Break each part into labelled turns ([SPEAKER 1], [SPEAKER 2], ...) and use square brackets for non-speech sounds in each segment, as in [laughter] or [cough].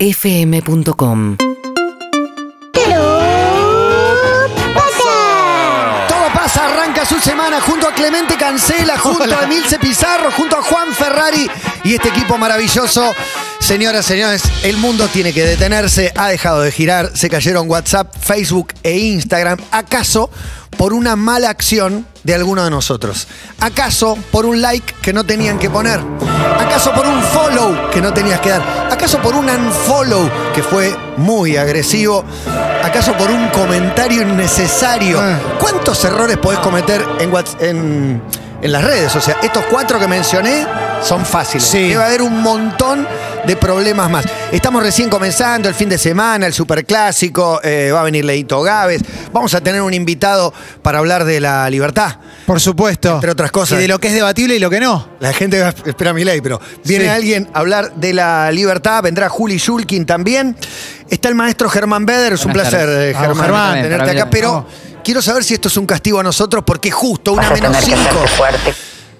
[SPEAKER 1] urbanaplayfm.com
[SPEAKER 2] Todo pasa, arranca su semana junto a Clemente Cancela, junto a Emilce Pizarro, junto a Juan Ferrari y este equipo maravilloso. Señoras, señores, el mundo tiene que detenerse, ha dejado de girar, se cayeron WhatsApp, Facebook e Instagram. ¿Acaso por una mala acción de alguno de nosotros? ¿Acaso por un like que no tenían que poner? ¿Acaso por un follow que no tenías que dar? ¿Acaso por un unfollow que fue muy agresivo? ¿Acaso por un comentario innecesario? ¿Cuántos errores podés cometer en, Whats- en, en las redes? O sea, estos cuatro que mencioné son fáciles.
[SPEAKER 3] Sí.
[SPEAKER 2] Debe haber un montón de problemas más. Estamos recién comenzando el fin de semana, el superclásico, eh, va a venir Leito Gávez. Vamos a tener un invitado para hablar de la libertad.
[SPEAKER 3] Por supuesto.
[SPEAKER 2] Entre otras cosas.
[SPEAKER 3] Y de lo que es debatible y lo que no.
[SPEAKER 2] La gente va a esperar mi ley, pero viene
[SPEAKER 3] Sí.
[SPEAKER 2] alguien a hablar de la libertad, vendrá Juli Shulkin también. Está el maestro Germán Beder, es un
[SPEAKER 4] Buenas
[SPEAKER 2] placer, eh,
[SPEAKER 4] tardes.
[SPEAKER 3] Vamos,
[SPEAKER 2] Germán,
[SPEAKER 3] Germán,
[SPEAKER 2] tenerte
[SPEAKER 4] maravilloso.
[SPEAKER 2] acá, pero
[SPEAKER 3] Vamos.
[SPEAKER 2] quiero saber si esto es un castigo a nosotros, porque justo una
[SPEAKER 5] Vas a
[SPEAKER 2] menos
[SPEAKER 5] tener que
[SPEAKER 2] cinco
[SPEAKER 5] hacerte fuerte.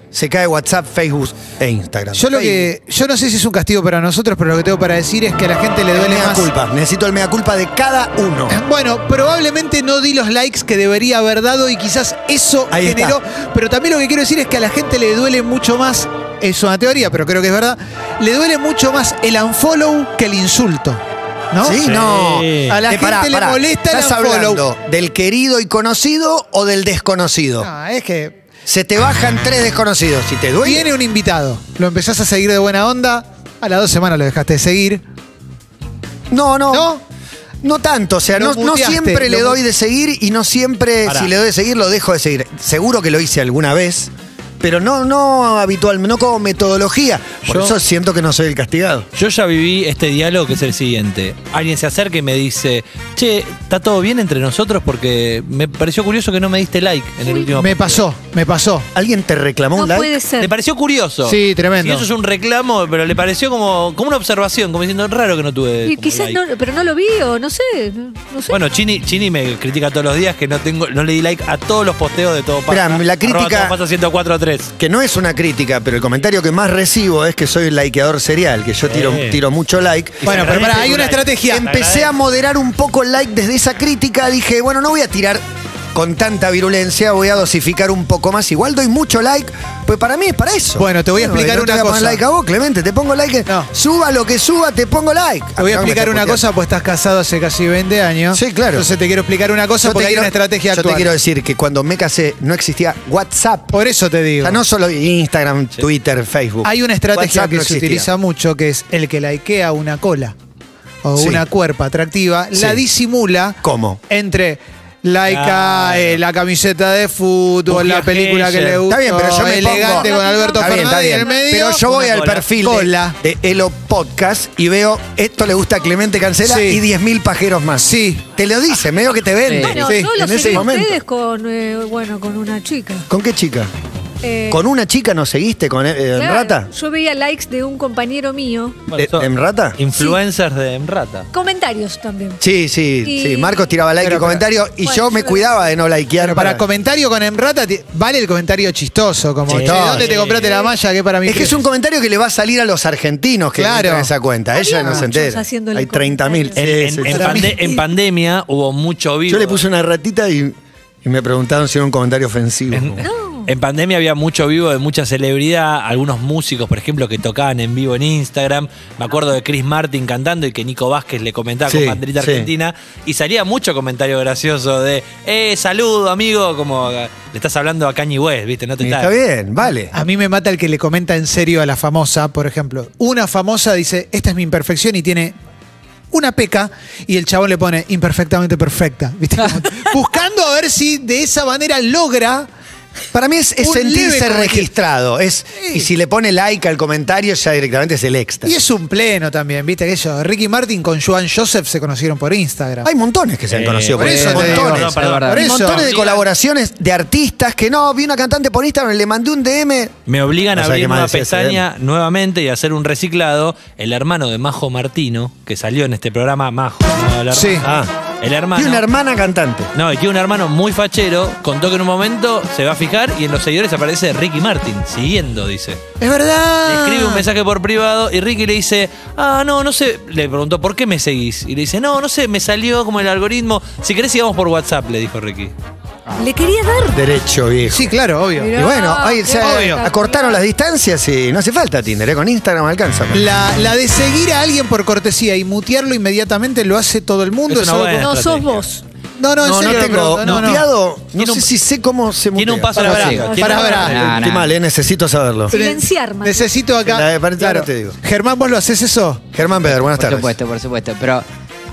[SPEAKER 2] se cae WhatsApp, Facebook e Instagram.
[SPEAKER 3] Yo lo que. Yo no sé si es un castigo para nosotros, pero lo que tengo para decir es que a la gente le
[SPEAKER 2] El
[SPEAKER 3] duele
[SPEAKER 2] mea
[SPEAKER 3] más.
[SPEAKER 2] culpa, necesito el mea culpa de cada uno.
[SPEAKER 3] Bueno, probablemente no di los likes que debería haber dado y quizás eso
[SPEAKER 2] Ahí está.
[SPEAKER 3] generó. Pero también lo que quiero decir es que a la gente le duele mucho más. Es una teoría, pero creo que es verdad. Le duele mucho más el unfollow que el insulto. ¿No?
[SPEAKER 2] ¿Sí? No.
[SPEAKER 3] A la
[SPEAKER 2] Eh,
[SPEAKER 3] gente
[SPEAKER 2] pará,
[SPEAKER 3] le
[SPEAKER 2] pará.
[SPEAKER 3] molesta el
[SPEAKER 2] ¿Estás
[SPEAKER 3] unfollow.
[SPEAKER 2] hablando del querido y conocido o del desconocido?
[SPEAKER 3] No, es que
[SPEAKER 2] Se te bajan tres desconocidos. Si te duele,
[SPEAKER 3] Viene un invitado, lo empezás a seguir de buena onda, a las dos semanas lo dejaste de seguir,
[SPEAKER 2] No, no.
[SPEAKER 3] ¿no?
[SPEAKER 2] No tanto, o sea,
[SPEAKER 3] Lo
[SPEAKER 2] no, no
[SPEAKER 3] muteaste,
[SPEAKER 2] siempre
[SPEAKER 3] lo
[SPEAKER 2] le
[SPEAKER 3] mu-
[SPEAKER 2] doy de seguir y no siempre, si le doy de seguir, lo dejo de seguir. Seguro que lo hice alguna vez, pero no, no habitualmente, no como metodología. Por
[SPEAKER 4] Yo-
[SPEAKER 2] eso siento que no soy el castigado.
[SPEAKER 4] Yo ya viví este diálogo que es el siguiente. Alguien se acerca y me dice, che, ¿está todo bien entre nosotros? Porque me pareció curioso que no me diste like en el último
[SPEAKER 3] Me
[SPEAKER 4] partido".
[SPEAKER 3] pasó, me pasó.
[SPEAKER 2] ¿Alguien te reclamó un
[SPEAKER 6] No
[SPEAKER 2] like?
[SPEAKER 6] puede
[SPEAKER 4] Le
[SPEAKER 6] ser.
[SPEAKER 4] pareció curioso.
[SPEAKER 3] Sí, tremendo.
[SPEAKER 4] Y eso es un reclamo, pero le pareció como, como una observación, como diciendo, raro que no tuve.
[SPEAKER 6] Y
[SPEAKER 4] como
[SPEAKER 6] quizás
[SPEAKER 4] like".
[SPEAKER 6] no, pero no lo vi o no sé, no no sé.
[SPEAKER 4] Bueno, Chini, Chini me critica todos los días que no tengo, no le di like a todos los posteos de todo pasa.
[SPEAKER 2] Esperá, la crítica-
[SPEAKER 4] Arroba Todo pasa 1043.
[SPEAKER 2] Que no es una crítica, pero el comentario que más recibo es que soy el likeador serial, que yo tiro,
[SPEAKER 4] Eh.
[SPEAKER 2] tiro mucho like.
[SPEAKER 3] Bueno, pero pará,
[SPEAKER 4] agradece
[SPEAKER 3] hay
[SPEAKER 4] un
[SPEAKER 3] una
[SPEAKER 4] like.
[SPEAKER 3] estrategia.
[SPEAKER 2] Empecé a moderar un poco el like desde esa crítica. Dije, bueno, no voy a tirar con tanta virulencia, voy a dosificar un poco más. Igual doy mucho like, pues para mí es para eso.
[SPEAKER 3] Bueno, te voy a explicar
[SPEAKER 2] no te
[SPEAKER 3] una
[SPEAKER 2] voy a poner
[SPEAKER 3] cosa.
[SPEAKER 2] like a vos, Clemente, te pongo like.
[SPEAKER 3] No.
[SPEAKER 2] Suba lo que suba, te pongo like.
[SPEAKER 3] Te voy a
[SPEAKER 2] Acá me
[SPEAKER 3] explicar
[SPEAKER 2] está
[SPEAKER 3] una cosa,
[SPEAKER 2] puteando.
[SPEAKER 3] pues estás casado hace casi 20 años.
[SPEAKER 2] Sí, claro.
[SPEAKER 3] Entonces te quiero explicar una cosa
[SPEAKER 2] Yo te
[SPEAKER 3] porque hay
[SPEAKER 2] quiero-
[SPEAKER 3] una estrategia
[SPEAKER 2] Yo
[SPEAKER 3] actual.
[SPEAKER 2] te quiero decir que cuando me casé no existía WhatsApp.
[SPEAKER 3] Por eso te
[SPEAKER 2] O
[SPEAKER 3] digo.
[SPEAKER 2] sea, no solo Instagram, Twitter, Facebook.
[SPEAKER 3] Hay una estrategia
[SPEAKER 2] WhatsApp
[SPEAKER 3] que
[SPEAKER 2] no
[SPEAKER 3] se
[SPEAKER 2] existía.
[SPEAKER 3] utiliza mucho, que es el que laikea una cola o
[SPEAKER 2] Sí.
[SPEAKER 3] una cuerpa atractiva, la
[SPEAKER 2] Sí.
[SPEAKER 3] disimula
[SPEAKER 2] ¿Cómo?
[SPEAKER 3] entre laica,
[SPEAKER 4] Claro.
[SPEAKER 3] eh, la camiseta de fútbol, la
[SPEAKER 4] Bujía
[SPEAKER 3] película que
[SPEAKER 4] Heyer.
[SPEAKER 3] le gusta,
[SPEAKER 2] Está bien, pero yo me
[SPEAKER 3] elegante
[SPEAKER 2] pongo-
[SPEAKER 3] con Alberto
[SPEAKER 2] Está bien,
[SPEAKER 3] Fernández
[SPEAKER 2] está
[SPEAKER 3] en el
[SPEAKER 2] bien.
[SPEAKER 3] medio.
[SPEAKER 2] Pero yo voy
[SPEAKER 4] una
[SPEAKER 2] al
[SPEAKER 4] cola.
[SPEAKER 2] perfil
[SPEAKER 3] Cola.
[SPEAKER 2] de, de Elo Podcast y veo esto le gusta a Clemente Cancela
[SPEAKER 3] Sí.
[SPEAKER 2] y 10.000 pajeros más.
[SPEAKER 3] Sí.
[SPEAKER 2] Te lo dice, medio que te vende.
[SPEAKER 6] Bueno,
[SPEAKER 3] sí,
[SPEAKER 6] yo lo
[SPEAKER 2] eh, en ese
[SPEAKER 6] seguí a
[SPEAKER 2] momento.
[SPEAKER 6] ustedes con, eh, bueno, con una chica.
[SPEAKER 2] ¿Con qué chica?
[SPEAKER 6] Eh,
[SPEAKER 2] ¿Con una chica nos seguiste? ¿Con eh, en
[SPEAKER 6] claro,
[SPEAKER 2] Rata?
[SPEAKER 6] Yo veía likes de un compañero mío,
[SPEAKER 4] Bueno,
[SPEAKER 2] Eh,
[SPEAKER 4] son
[SPEAKER 2] ¿En Rata?
[SPEAKER 4] Influencers de Emrata.
[SPEAKER 6] comentarios también.
[SPEAKER 2] Sí, sí,
[SPEAKER 6] Y-
[SPEAKER 2] sí. Marcos tiraba like
[SPEAKER 3] Pero,
[SPEAKER 2] y comentario y
[SPEAKER 6] Bueno,
[SPEAKER 2] yo me
[SPEAKER 6] yo-
[SPEAKER 2] cuidaba de no likear.
[SPEAKER 3] Pero para comentario con Emrata ti- vale el comentario chistoso, como
[SPEAKER 2] Chistoso.
[SPEAKER 3] "Che, ¿dónde te compraste la malla? Que para mí
[SPEAKER 2] Es que es un comentario que le va a salir a los argentinos que
[SPEAKER 3] Claro.
[SPEAKER 2] entran en esa cuenta. Ella
[SPEAKER 6] Había
[SPEAKER 2] no se
[SPEAKER 6] muchos
[SPEAKER 2] entera.
[SPEAKER 6] haciéndole
[SPEAKER 2] Hay 30.000.
[SPEAKER 4] En, en-
[SPEAKER 2] Sí,
[SPEAKER 4] en
[SPEAKER 2] sí, sí.
[SPEAKER 4] pande- en pandemia hubo mucho vivo.
[SPEAKER 2] Yo le puse una ratita y, y me preguntaron si era un comentario ofensivo.
[SPEAKER 6] No.
[SPEAKER 4] En pandemia había mucho vivo de mucha celebridad, algunos músicos, por ejemplo, que tocaban en vivo en Instagram. Me acuerdo de Chris Martin cantando y que Nico Vázquez le comentaba
[SPEAKER 2] Sí,
[SPEAKER 4] con banderita
[SPEAKER 2] sí.
[SPEAKER 4] argentina. Y salía mucho comentario gracioso de, eh, saludo, amigo, como eh, le estás hablando a Kanye West, ¿viste? No te
[SPEAKER 2] Y Está bien, vale.
[SPEAKER 3] A mí me mata el que le comenta en serio a la famosa, por ejemplo. Una famosa dice, esta es mi imperfección y tiene una peca y el chabón le pone imperfectamente perfecta. [laughs] ¿viste? Como buscando a ver si de esa manera logra...
[SPEAKER 2] Para mí [laughs] es, es
[SPEAKER 3] Un leve
[SPEAKER 2] sentirse
[SPEAKER 3] comentario.
[SPEAKER 2] registrado. Es,
[SPEAKER 3] Sí.
[SPEAKER 2] Y si le pone like al comentario, ya directamente es el extra.
[SPEAKER 3] Y es un pleno también, ¿viste? Aquello. Ricky Martin con Joan Joseph se conocieron por Instagram.
[SPEAKER 2] Hay montones que se han
[SPEAKER 4] Eh,
[SPEAKER 2] conocido por,
[SPEAKER 3] por eso
[SPEAKER 2] eso.
[SPEAKER 3] te digo,
[SPEAKER 2] Montones.
[SPEAKER 4] no, perdón,
[SPEAKER 3] por
[SPEAKER 2] Hay
[SPEAKER 3] eso.
[SPEAKER 2] montones de
[SPEAKER 4] Sí.
[SPEAKER 2] colaboraciones de artistas que no, vi una cantante por Instagram, le mandé un DM.
[SPEAKER 4] Me obligan
[SPEAKER 2] No
[SPEAKER 4] a
[SPEAKER 2] sabe qué
[SPEAKER 4] abrir
[SPEAKER 2] más
[SPEAKER 4] una
[SPEAKER 2] decía ese
[SPEAKER 4] pestaña nuevamente y hacer un reciclado. El hermano de Majo Martino, que salió en este programa, Majo, no, la
[SPEAKER 3] Sí.
[SPEAKER 4] hermana, El hermano.
[SPEAKER 2] Y una hermana cantante.
[SPEAKER 4] No, y tiene un hermano muy fachero. Contó que en un momento se va a fijar y en los seguidores aparece Ricky Martin, siguiendo, dice.
[SPEAKER 3] Es
[SPEAKER 4] Le
[SPEAKER 3] verdad.
[SPEAKER 4] escribe un mensaje por privado y Ricky le dice, ah, no, no sé. Le preguntó, ¿por qué me seguís? Y le dice, no, no sé, me salió como el algoritmo. Si querés, sigamos por WhatsApp, le dijo Ricky.
[SPEAKER 6] Le quería dar.
[SPEAKER 2] Derecho, viejo.
[SPEAKER 3] Sí, claro, obvio.
[SPEAKER 6] Mirá.
[SPEAKER 2] Y bueno, ahí
[SPEAKER 6] Qué
[SPEAKER 2] se
[SPEAKER 6] obvio.
[SPEAKER 2] acortaron las distancias y no hace falta Tinder, ¿eh? con Instagram alcanza.
[SPEAKER 3] La, la de seguir a alguien por cortesía y mutearlo inmediatamente lo hace todo el mundo.
[SPEAKER 4] Es una
[SPEAKER 3] algo-
[SPEAKER 4] buena.
[SPEAKER 6] No sos
[SPEAKER 4] estrategia.
[SPEAKER 6] vos.
[SPEAKER 3] No, no, en
[SPEAKER 2] No, no
[SPEAKER 3] serio.
[SPEAKER 2] tengo
[SPEAKER 3] pero- no, no.
[SPEAKER 2] muteado, no,
[SPEAKER 4] Tiene
[SPEAKER 2] sé
[SPEAKER 4] un-
[SPEAKER 2] si sé cómo se mutea.
[SPEAKER 4] Tiene un paso a
[SPEAKER 2] Pará,
[SPEAKER 4] la
[SPEAKER 3] Pará,
[SPEAKER 4] ciega.
[SPEAKER 3] pará,
[SPEAKER 4] Tiene un-
[SPEAKER 3] pará.
[SPEAKER 1] Ah,
[SPEAKER 2] Estoy
[SPEAKER 1] nah.
[SPEAKER 2] mal, eh, necesito saberlo.
[SPEAKER 6] Silenciar, Martín.
[SPEAKER 3] Necesito acá.
[SPEAKER 2] La de Pará, te digo.
[SPEAKER 3] Germán, vos lo haces eso.
[SPEAKER 2] Germán Peder, buenas
[SPEAKER 1] Por
[SPEAKER 2] tardes.
[SPEAKER 1] supuesto, por supuesto. Pero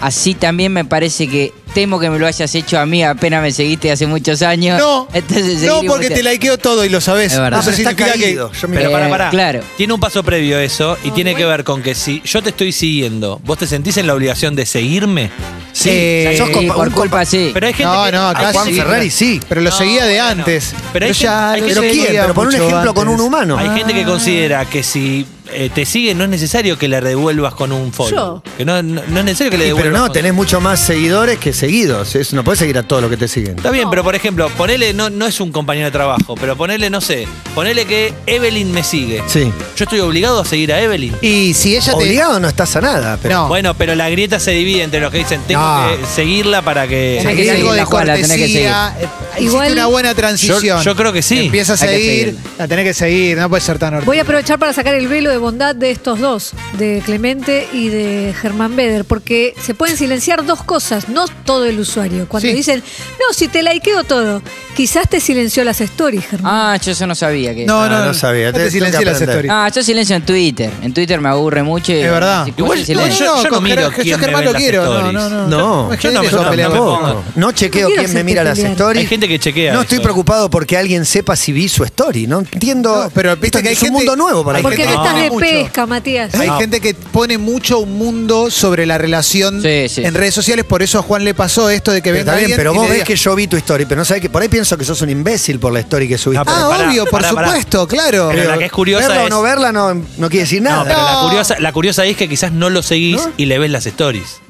[SPEAKER 1] así también me parece que temo que me lo hayas hecho a mí apenas me seguiste hace muchos años.
[SPEAKER 3] No,
[SPEAKER 1] Entonces,
[SPEAKER 3] no
[SPEAKER 1] seguir
[SPEAKER 3] porque
[SPEAKER 1] bote-
[SPEAKER 3] te likeo todo y lo sabés.
[SPEAKER 1] Es verdad.
[SPEAKER 3] Eso
[SPEAKER 1] Ah,
[SPEAKER 2] pero está
[SPEAKER 3] significa que-
[SPEAKER 2] caído. Yo me-
[SPEAKER 4] Pero
[SPEAKER 1] Eh,
[SPEAKER 4] pará, pará.
[SPEAKER 1] claro.
[SPEAKER 4] Tiene un paso previo eso y
[SPEAKER 6] Ah,
[SPEAKER 4] tiene que
[SPEAKER 6] bueno.
[SPEAKER 4] ver con que si yo te estoy siguiendo, ¿vos te sentís en la obligación de seguirme?
[SPEAKER 2] Sí,
[SPEAKER 3] Eh,
[SPEAKER 2] sos
[SPEAKER 1] Sí,
[SPEAKER 2] compa-
[SPEAKER 1] por
[SPEAKER 2] un
[SPEAKER 1] culpa, sí.
[SPEAKER 4] Pero hay gente
[SPEAKER 3] No,
[SPEAKER 4] que.
[SPEAKER 3] no,
[SPEAKER 4] hay
[SPEAKER 3] acá
[SPEAKER 2] A Juan
[SPEAKER 4] gente
[SPEAKER 3] sí.
[SPEAKER 4] que-
[SPEAKER 2] Ferrari sí.
[SPEAKER 3] Pero lo
[SPEAKER 4] No,
[SPEAKER 3] seguía de
[SPEAKER 4] bueno.
[SPEAKER 3] antes.
[SPEAKER 4] Pero hay
[SPEAKER 3] ya
[SPEAKER 4] gente- hay
[SPEAKER 3] lo
[SPEAKER 4] gente-
[SPEAKER 3] seguía
[SPEAKER 2] Pero pon un
[SPEAKER 3] mucho
[SPEAKER 2] ejemplo con
[SPEAKER 3] antes.
[SPEAKER 2] un humano.
[SPEAKER 4] Hay
[SPEAKER 3] Ah.
[SPEAKER 4] gente que considera que si eh, te sigue no es necesario que le devuelvas con un follow.
[SPEAKER 6] Yo.
[SPEAKER 4] Que no, no- no es necesario que le
[SPEAKER 2] Sí,
[SPEAKER 4] devuelvas.
[SPEAKER 2] pero no,
[SPEAKER 4] con-
[SPEAKER 2] tenés mucho más seguidores que seguidos. Es- no podés seguir a todos los que te siguen.
[SPEAKER 4] Está bien,
[SPEAKER 6] No.
[SPEAKER 4] pero por ejemplo, ponele, no, no es un compañero de trabajo, pero ponele, no sé, ponele que Evelyn me sigue.
[SPEAKER 2] Sí.
[SPEAKER 4] Yo estoy obligado a seguir a Evelyn.
[SPEAKER 3] Y si ella te.
[SPEAKER 2] Obligado no estás a nada. Pero
[SPEAKER 3] No.
[SPEAKER 4] Bueno, pero la grieta se divide entre los que dicen tengo
[SPEAKER 2] No.
[SPEAKER 4] que seguirla para que.
[SPEAKER 1] Tenés que
[SPEAKER 3] Seguí
[SPEAKER 1] seguir
[SPEAKER 3] algo de
[SPEAKER 1] la Juana, tenés que
[SPEAKER 3] cortesía. eh, Hiciste
[SPEAKER 6] Igual-
[SPEAKER 3] una buena transición.
[SPEAKER 4] Yo- yo creo que sí.
[SPEAKER 3] Empieza a
[SPEAKER 1] Hay que
[SPEAKER 3] seguir,
[SPEAKER 1] seguirla.
[SPEAKER 3] la tenés que seguir, no puede ser tan horrible.
[SPEAKER 6] Voy a aprovechar para sacar el velo de bondad de estos dos, de Clemente y de Germán Beder, porque se pueden silenciar dos cosas, no todo el usuario. Cuando
[SPEAKER 3] Sí.
[SPEAKER 6] dicen, no, si te likeo todo, quizás te silenció las stories, Germán.
[SPEAKER 1] Ah, yo eso no sabía que.
[SPEAKER 3] No,
[SPEAKER 2] Ah,
[SPEAKER 3] no,
[SPEAKER 2] no sabía.
[SPEAKER 3] no
[SPEAKER 2] Te-
[SPEAKER 3] te
[SPEAKER 2] tengo
[SPEAKER 3] silencié
[SPEAKER 2] que
[SPEAKER 3] las
[SPEAKER 2] aprender.
[SPEAKER 3] stories.
[SPEAKER 1] Ah, yo silencio en Twitter. En Twitter me aburre mucho. y-
[SPEAKER 3] Es verdad.
[SPEAKER 1] si-
[SPEAKER 4] Igual-
[SPEAKER 1] si
[SPEAKER 4] no,
[SPEAKER 1] silencio.
[SPEAKER 4] yo- yo no
[SPEAKER 3] con
[SPEAKER 4] miro
[SPEAKER 3] Germán-
[SPEAKER 4] quién
[SPEAKER 3] yo
[SPEAKER 4] me
[SPEAKER 3] Germán
[SPEAKER 4] ve
[SPEAKER 3] lo
[SPEAKER 4] las
[SPEAKER 3] quiero. No,
[SPEAKER 4] stories.
[SPEAKER 3] no, no.
[SPEAKER 2] No,
[SPEAKER 3] ¿Qué
[SPEAKER 4] yo no
[SPEAKER 3] querés
[SPEAKER 4] me-
[SPEAKER 3] vos
[SPEAKER 4] no me
[SPEAKER 3] pelear con
[SPEAKER 4] pongo.
[SPEAKER 3] vos?
[SPEAKER 2] no, no chequeo
[SPEAKER 6] No quiero
[SPEAKER 2] quién me
[SPEAKER 6] hacerte
[SPEAKER 2] mira las
[SPEAKER 6] pelear.
[SPEAKER 2] stories.
[SPEAKER 4] Hay gente que chequea.
[SPEAKER 2] No
[SPEAKER 4] eso.
[SPEAKER 2] estoy preocupado porque alguien sepa si vi su story. No entiendo.
[SPEAKER 3] No, pero viste que hay
[SPEAKER 2] es un
[SPEAKER 3] gente-
[SPEAKER 2] mundo nuevo para
[SPEAKER 3] hay
[SPEAKER 2] mí.
[SPEAKER 6] porque
[SPEAKER 3] gente-
[SPEAKER 6] no estás
[SPEAKER 4] no.
[SPEAKER 6] de
[SPEAKER 3] Mucho.
[SPEAKER 6] pesca, Matías.
[SPEAKER 3] Hay
[SPEAKER 4] No.
[SPEAKER 3] gente que pone mucho un mundo sobre la relación
[SPEAKER 1] Sí, sí.
[SPEAKER 3] en redes sociales, por eso a Juan le pasó esto de que
[SPEAKER 2] Pero
[SPEAKER 3] venga
[SPEAKER 2] está bien,
[SPEAKER 3] alguien
[SPEAKER 2] pero
[SPEAKER 3] y
[SPEAKER 2] vos
[SPEAKER 3] le
[SPEAKER 2] ves
[SPEAKER 3] diga-
[SPEAKER 2] que yo vi tu story, pero no sabés que por ahí pienso que sos un imbécil por la story que subiste.
[SPEAKER 4] No, pero
[SPEAKER 3] Ah,
[SPEAKER 4] pará,
[SPEAKER 3] obvio, por
[SPEAKER 4] pará, pará.
[SPEAKER 3] supuesto, claro.
[SPEAKER 4] Pero la que es curiosa
[SPEAKER 2] verla o
[SPEAKER 4] es-
[SPEAKER 2] no verla no, no quiere decir
[SPEAKER 4] No,
[SPEAKER 2] nada.
[SPEAKER 4] pero la
[SPEAKER 3] No.
[SPEAKER 4] curiosa, la curiosa es que quizás no lo seguís
[SPEAKER 2] ¿No?
[SPEAKER 4] y le ves las stories.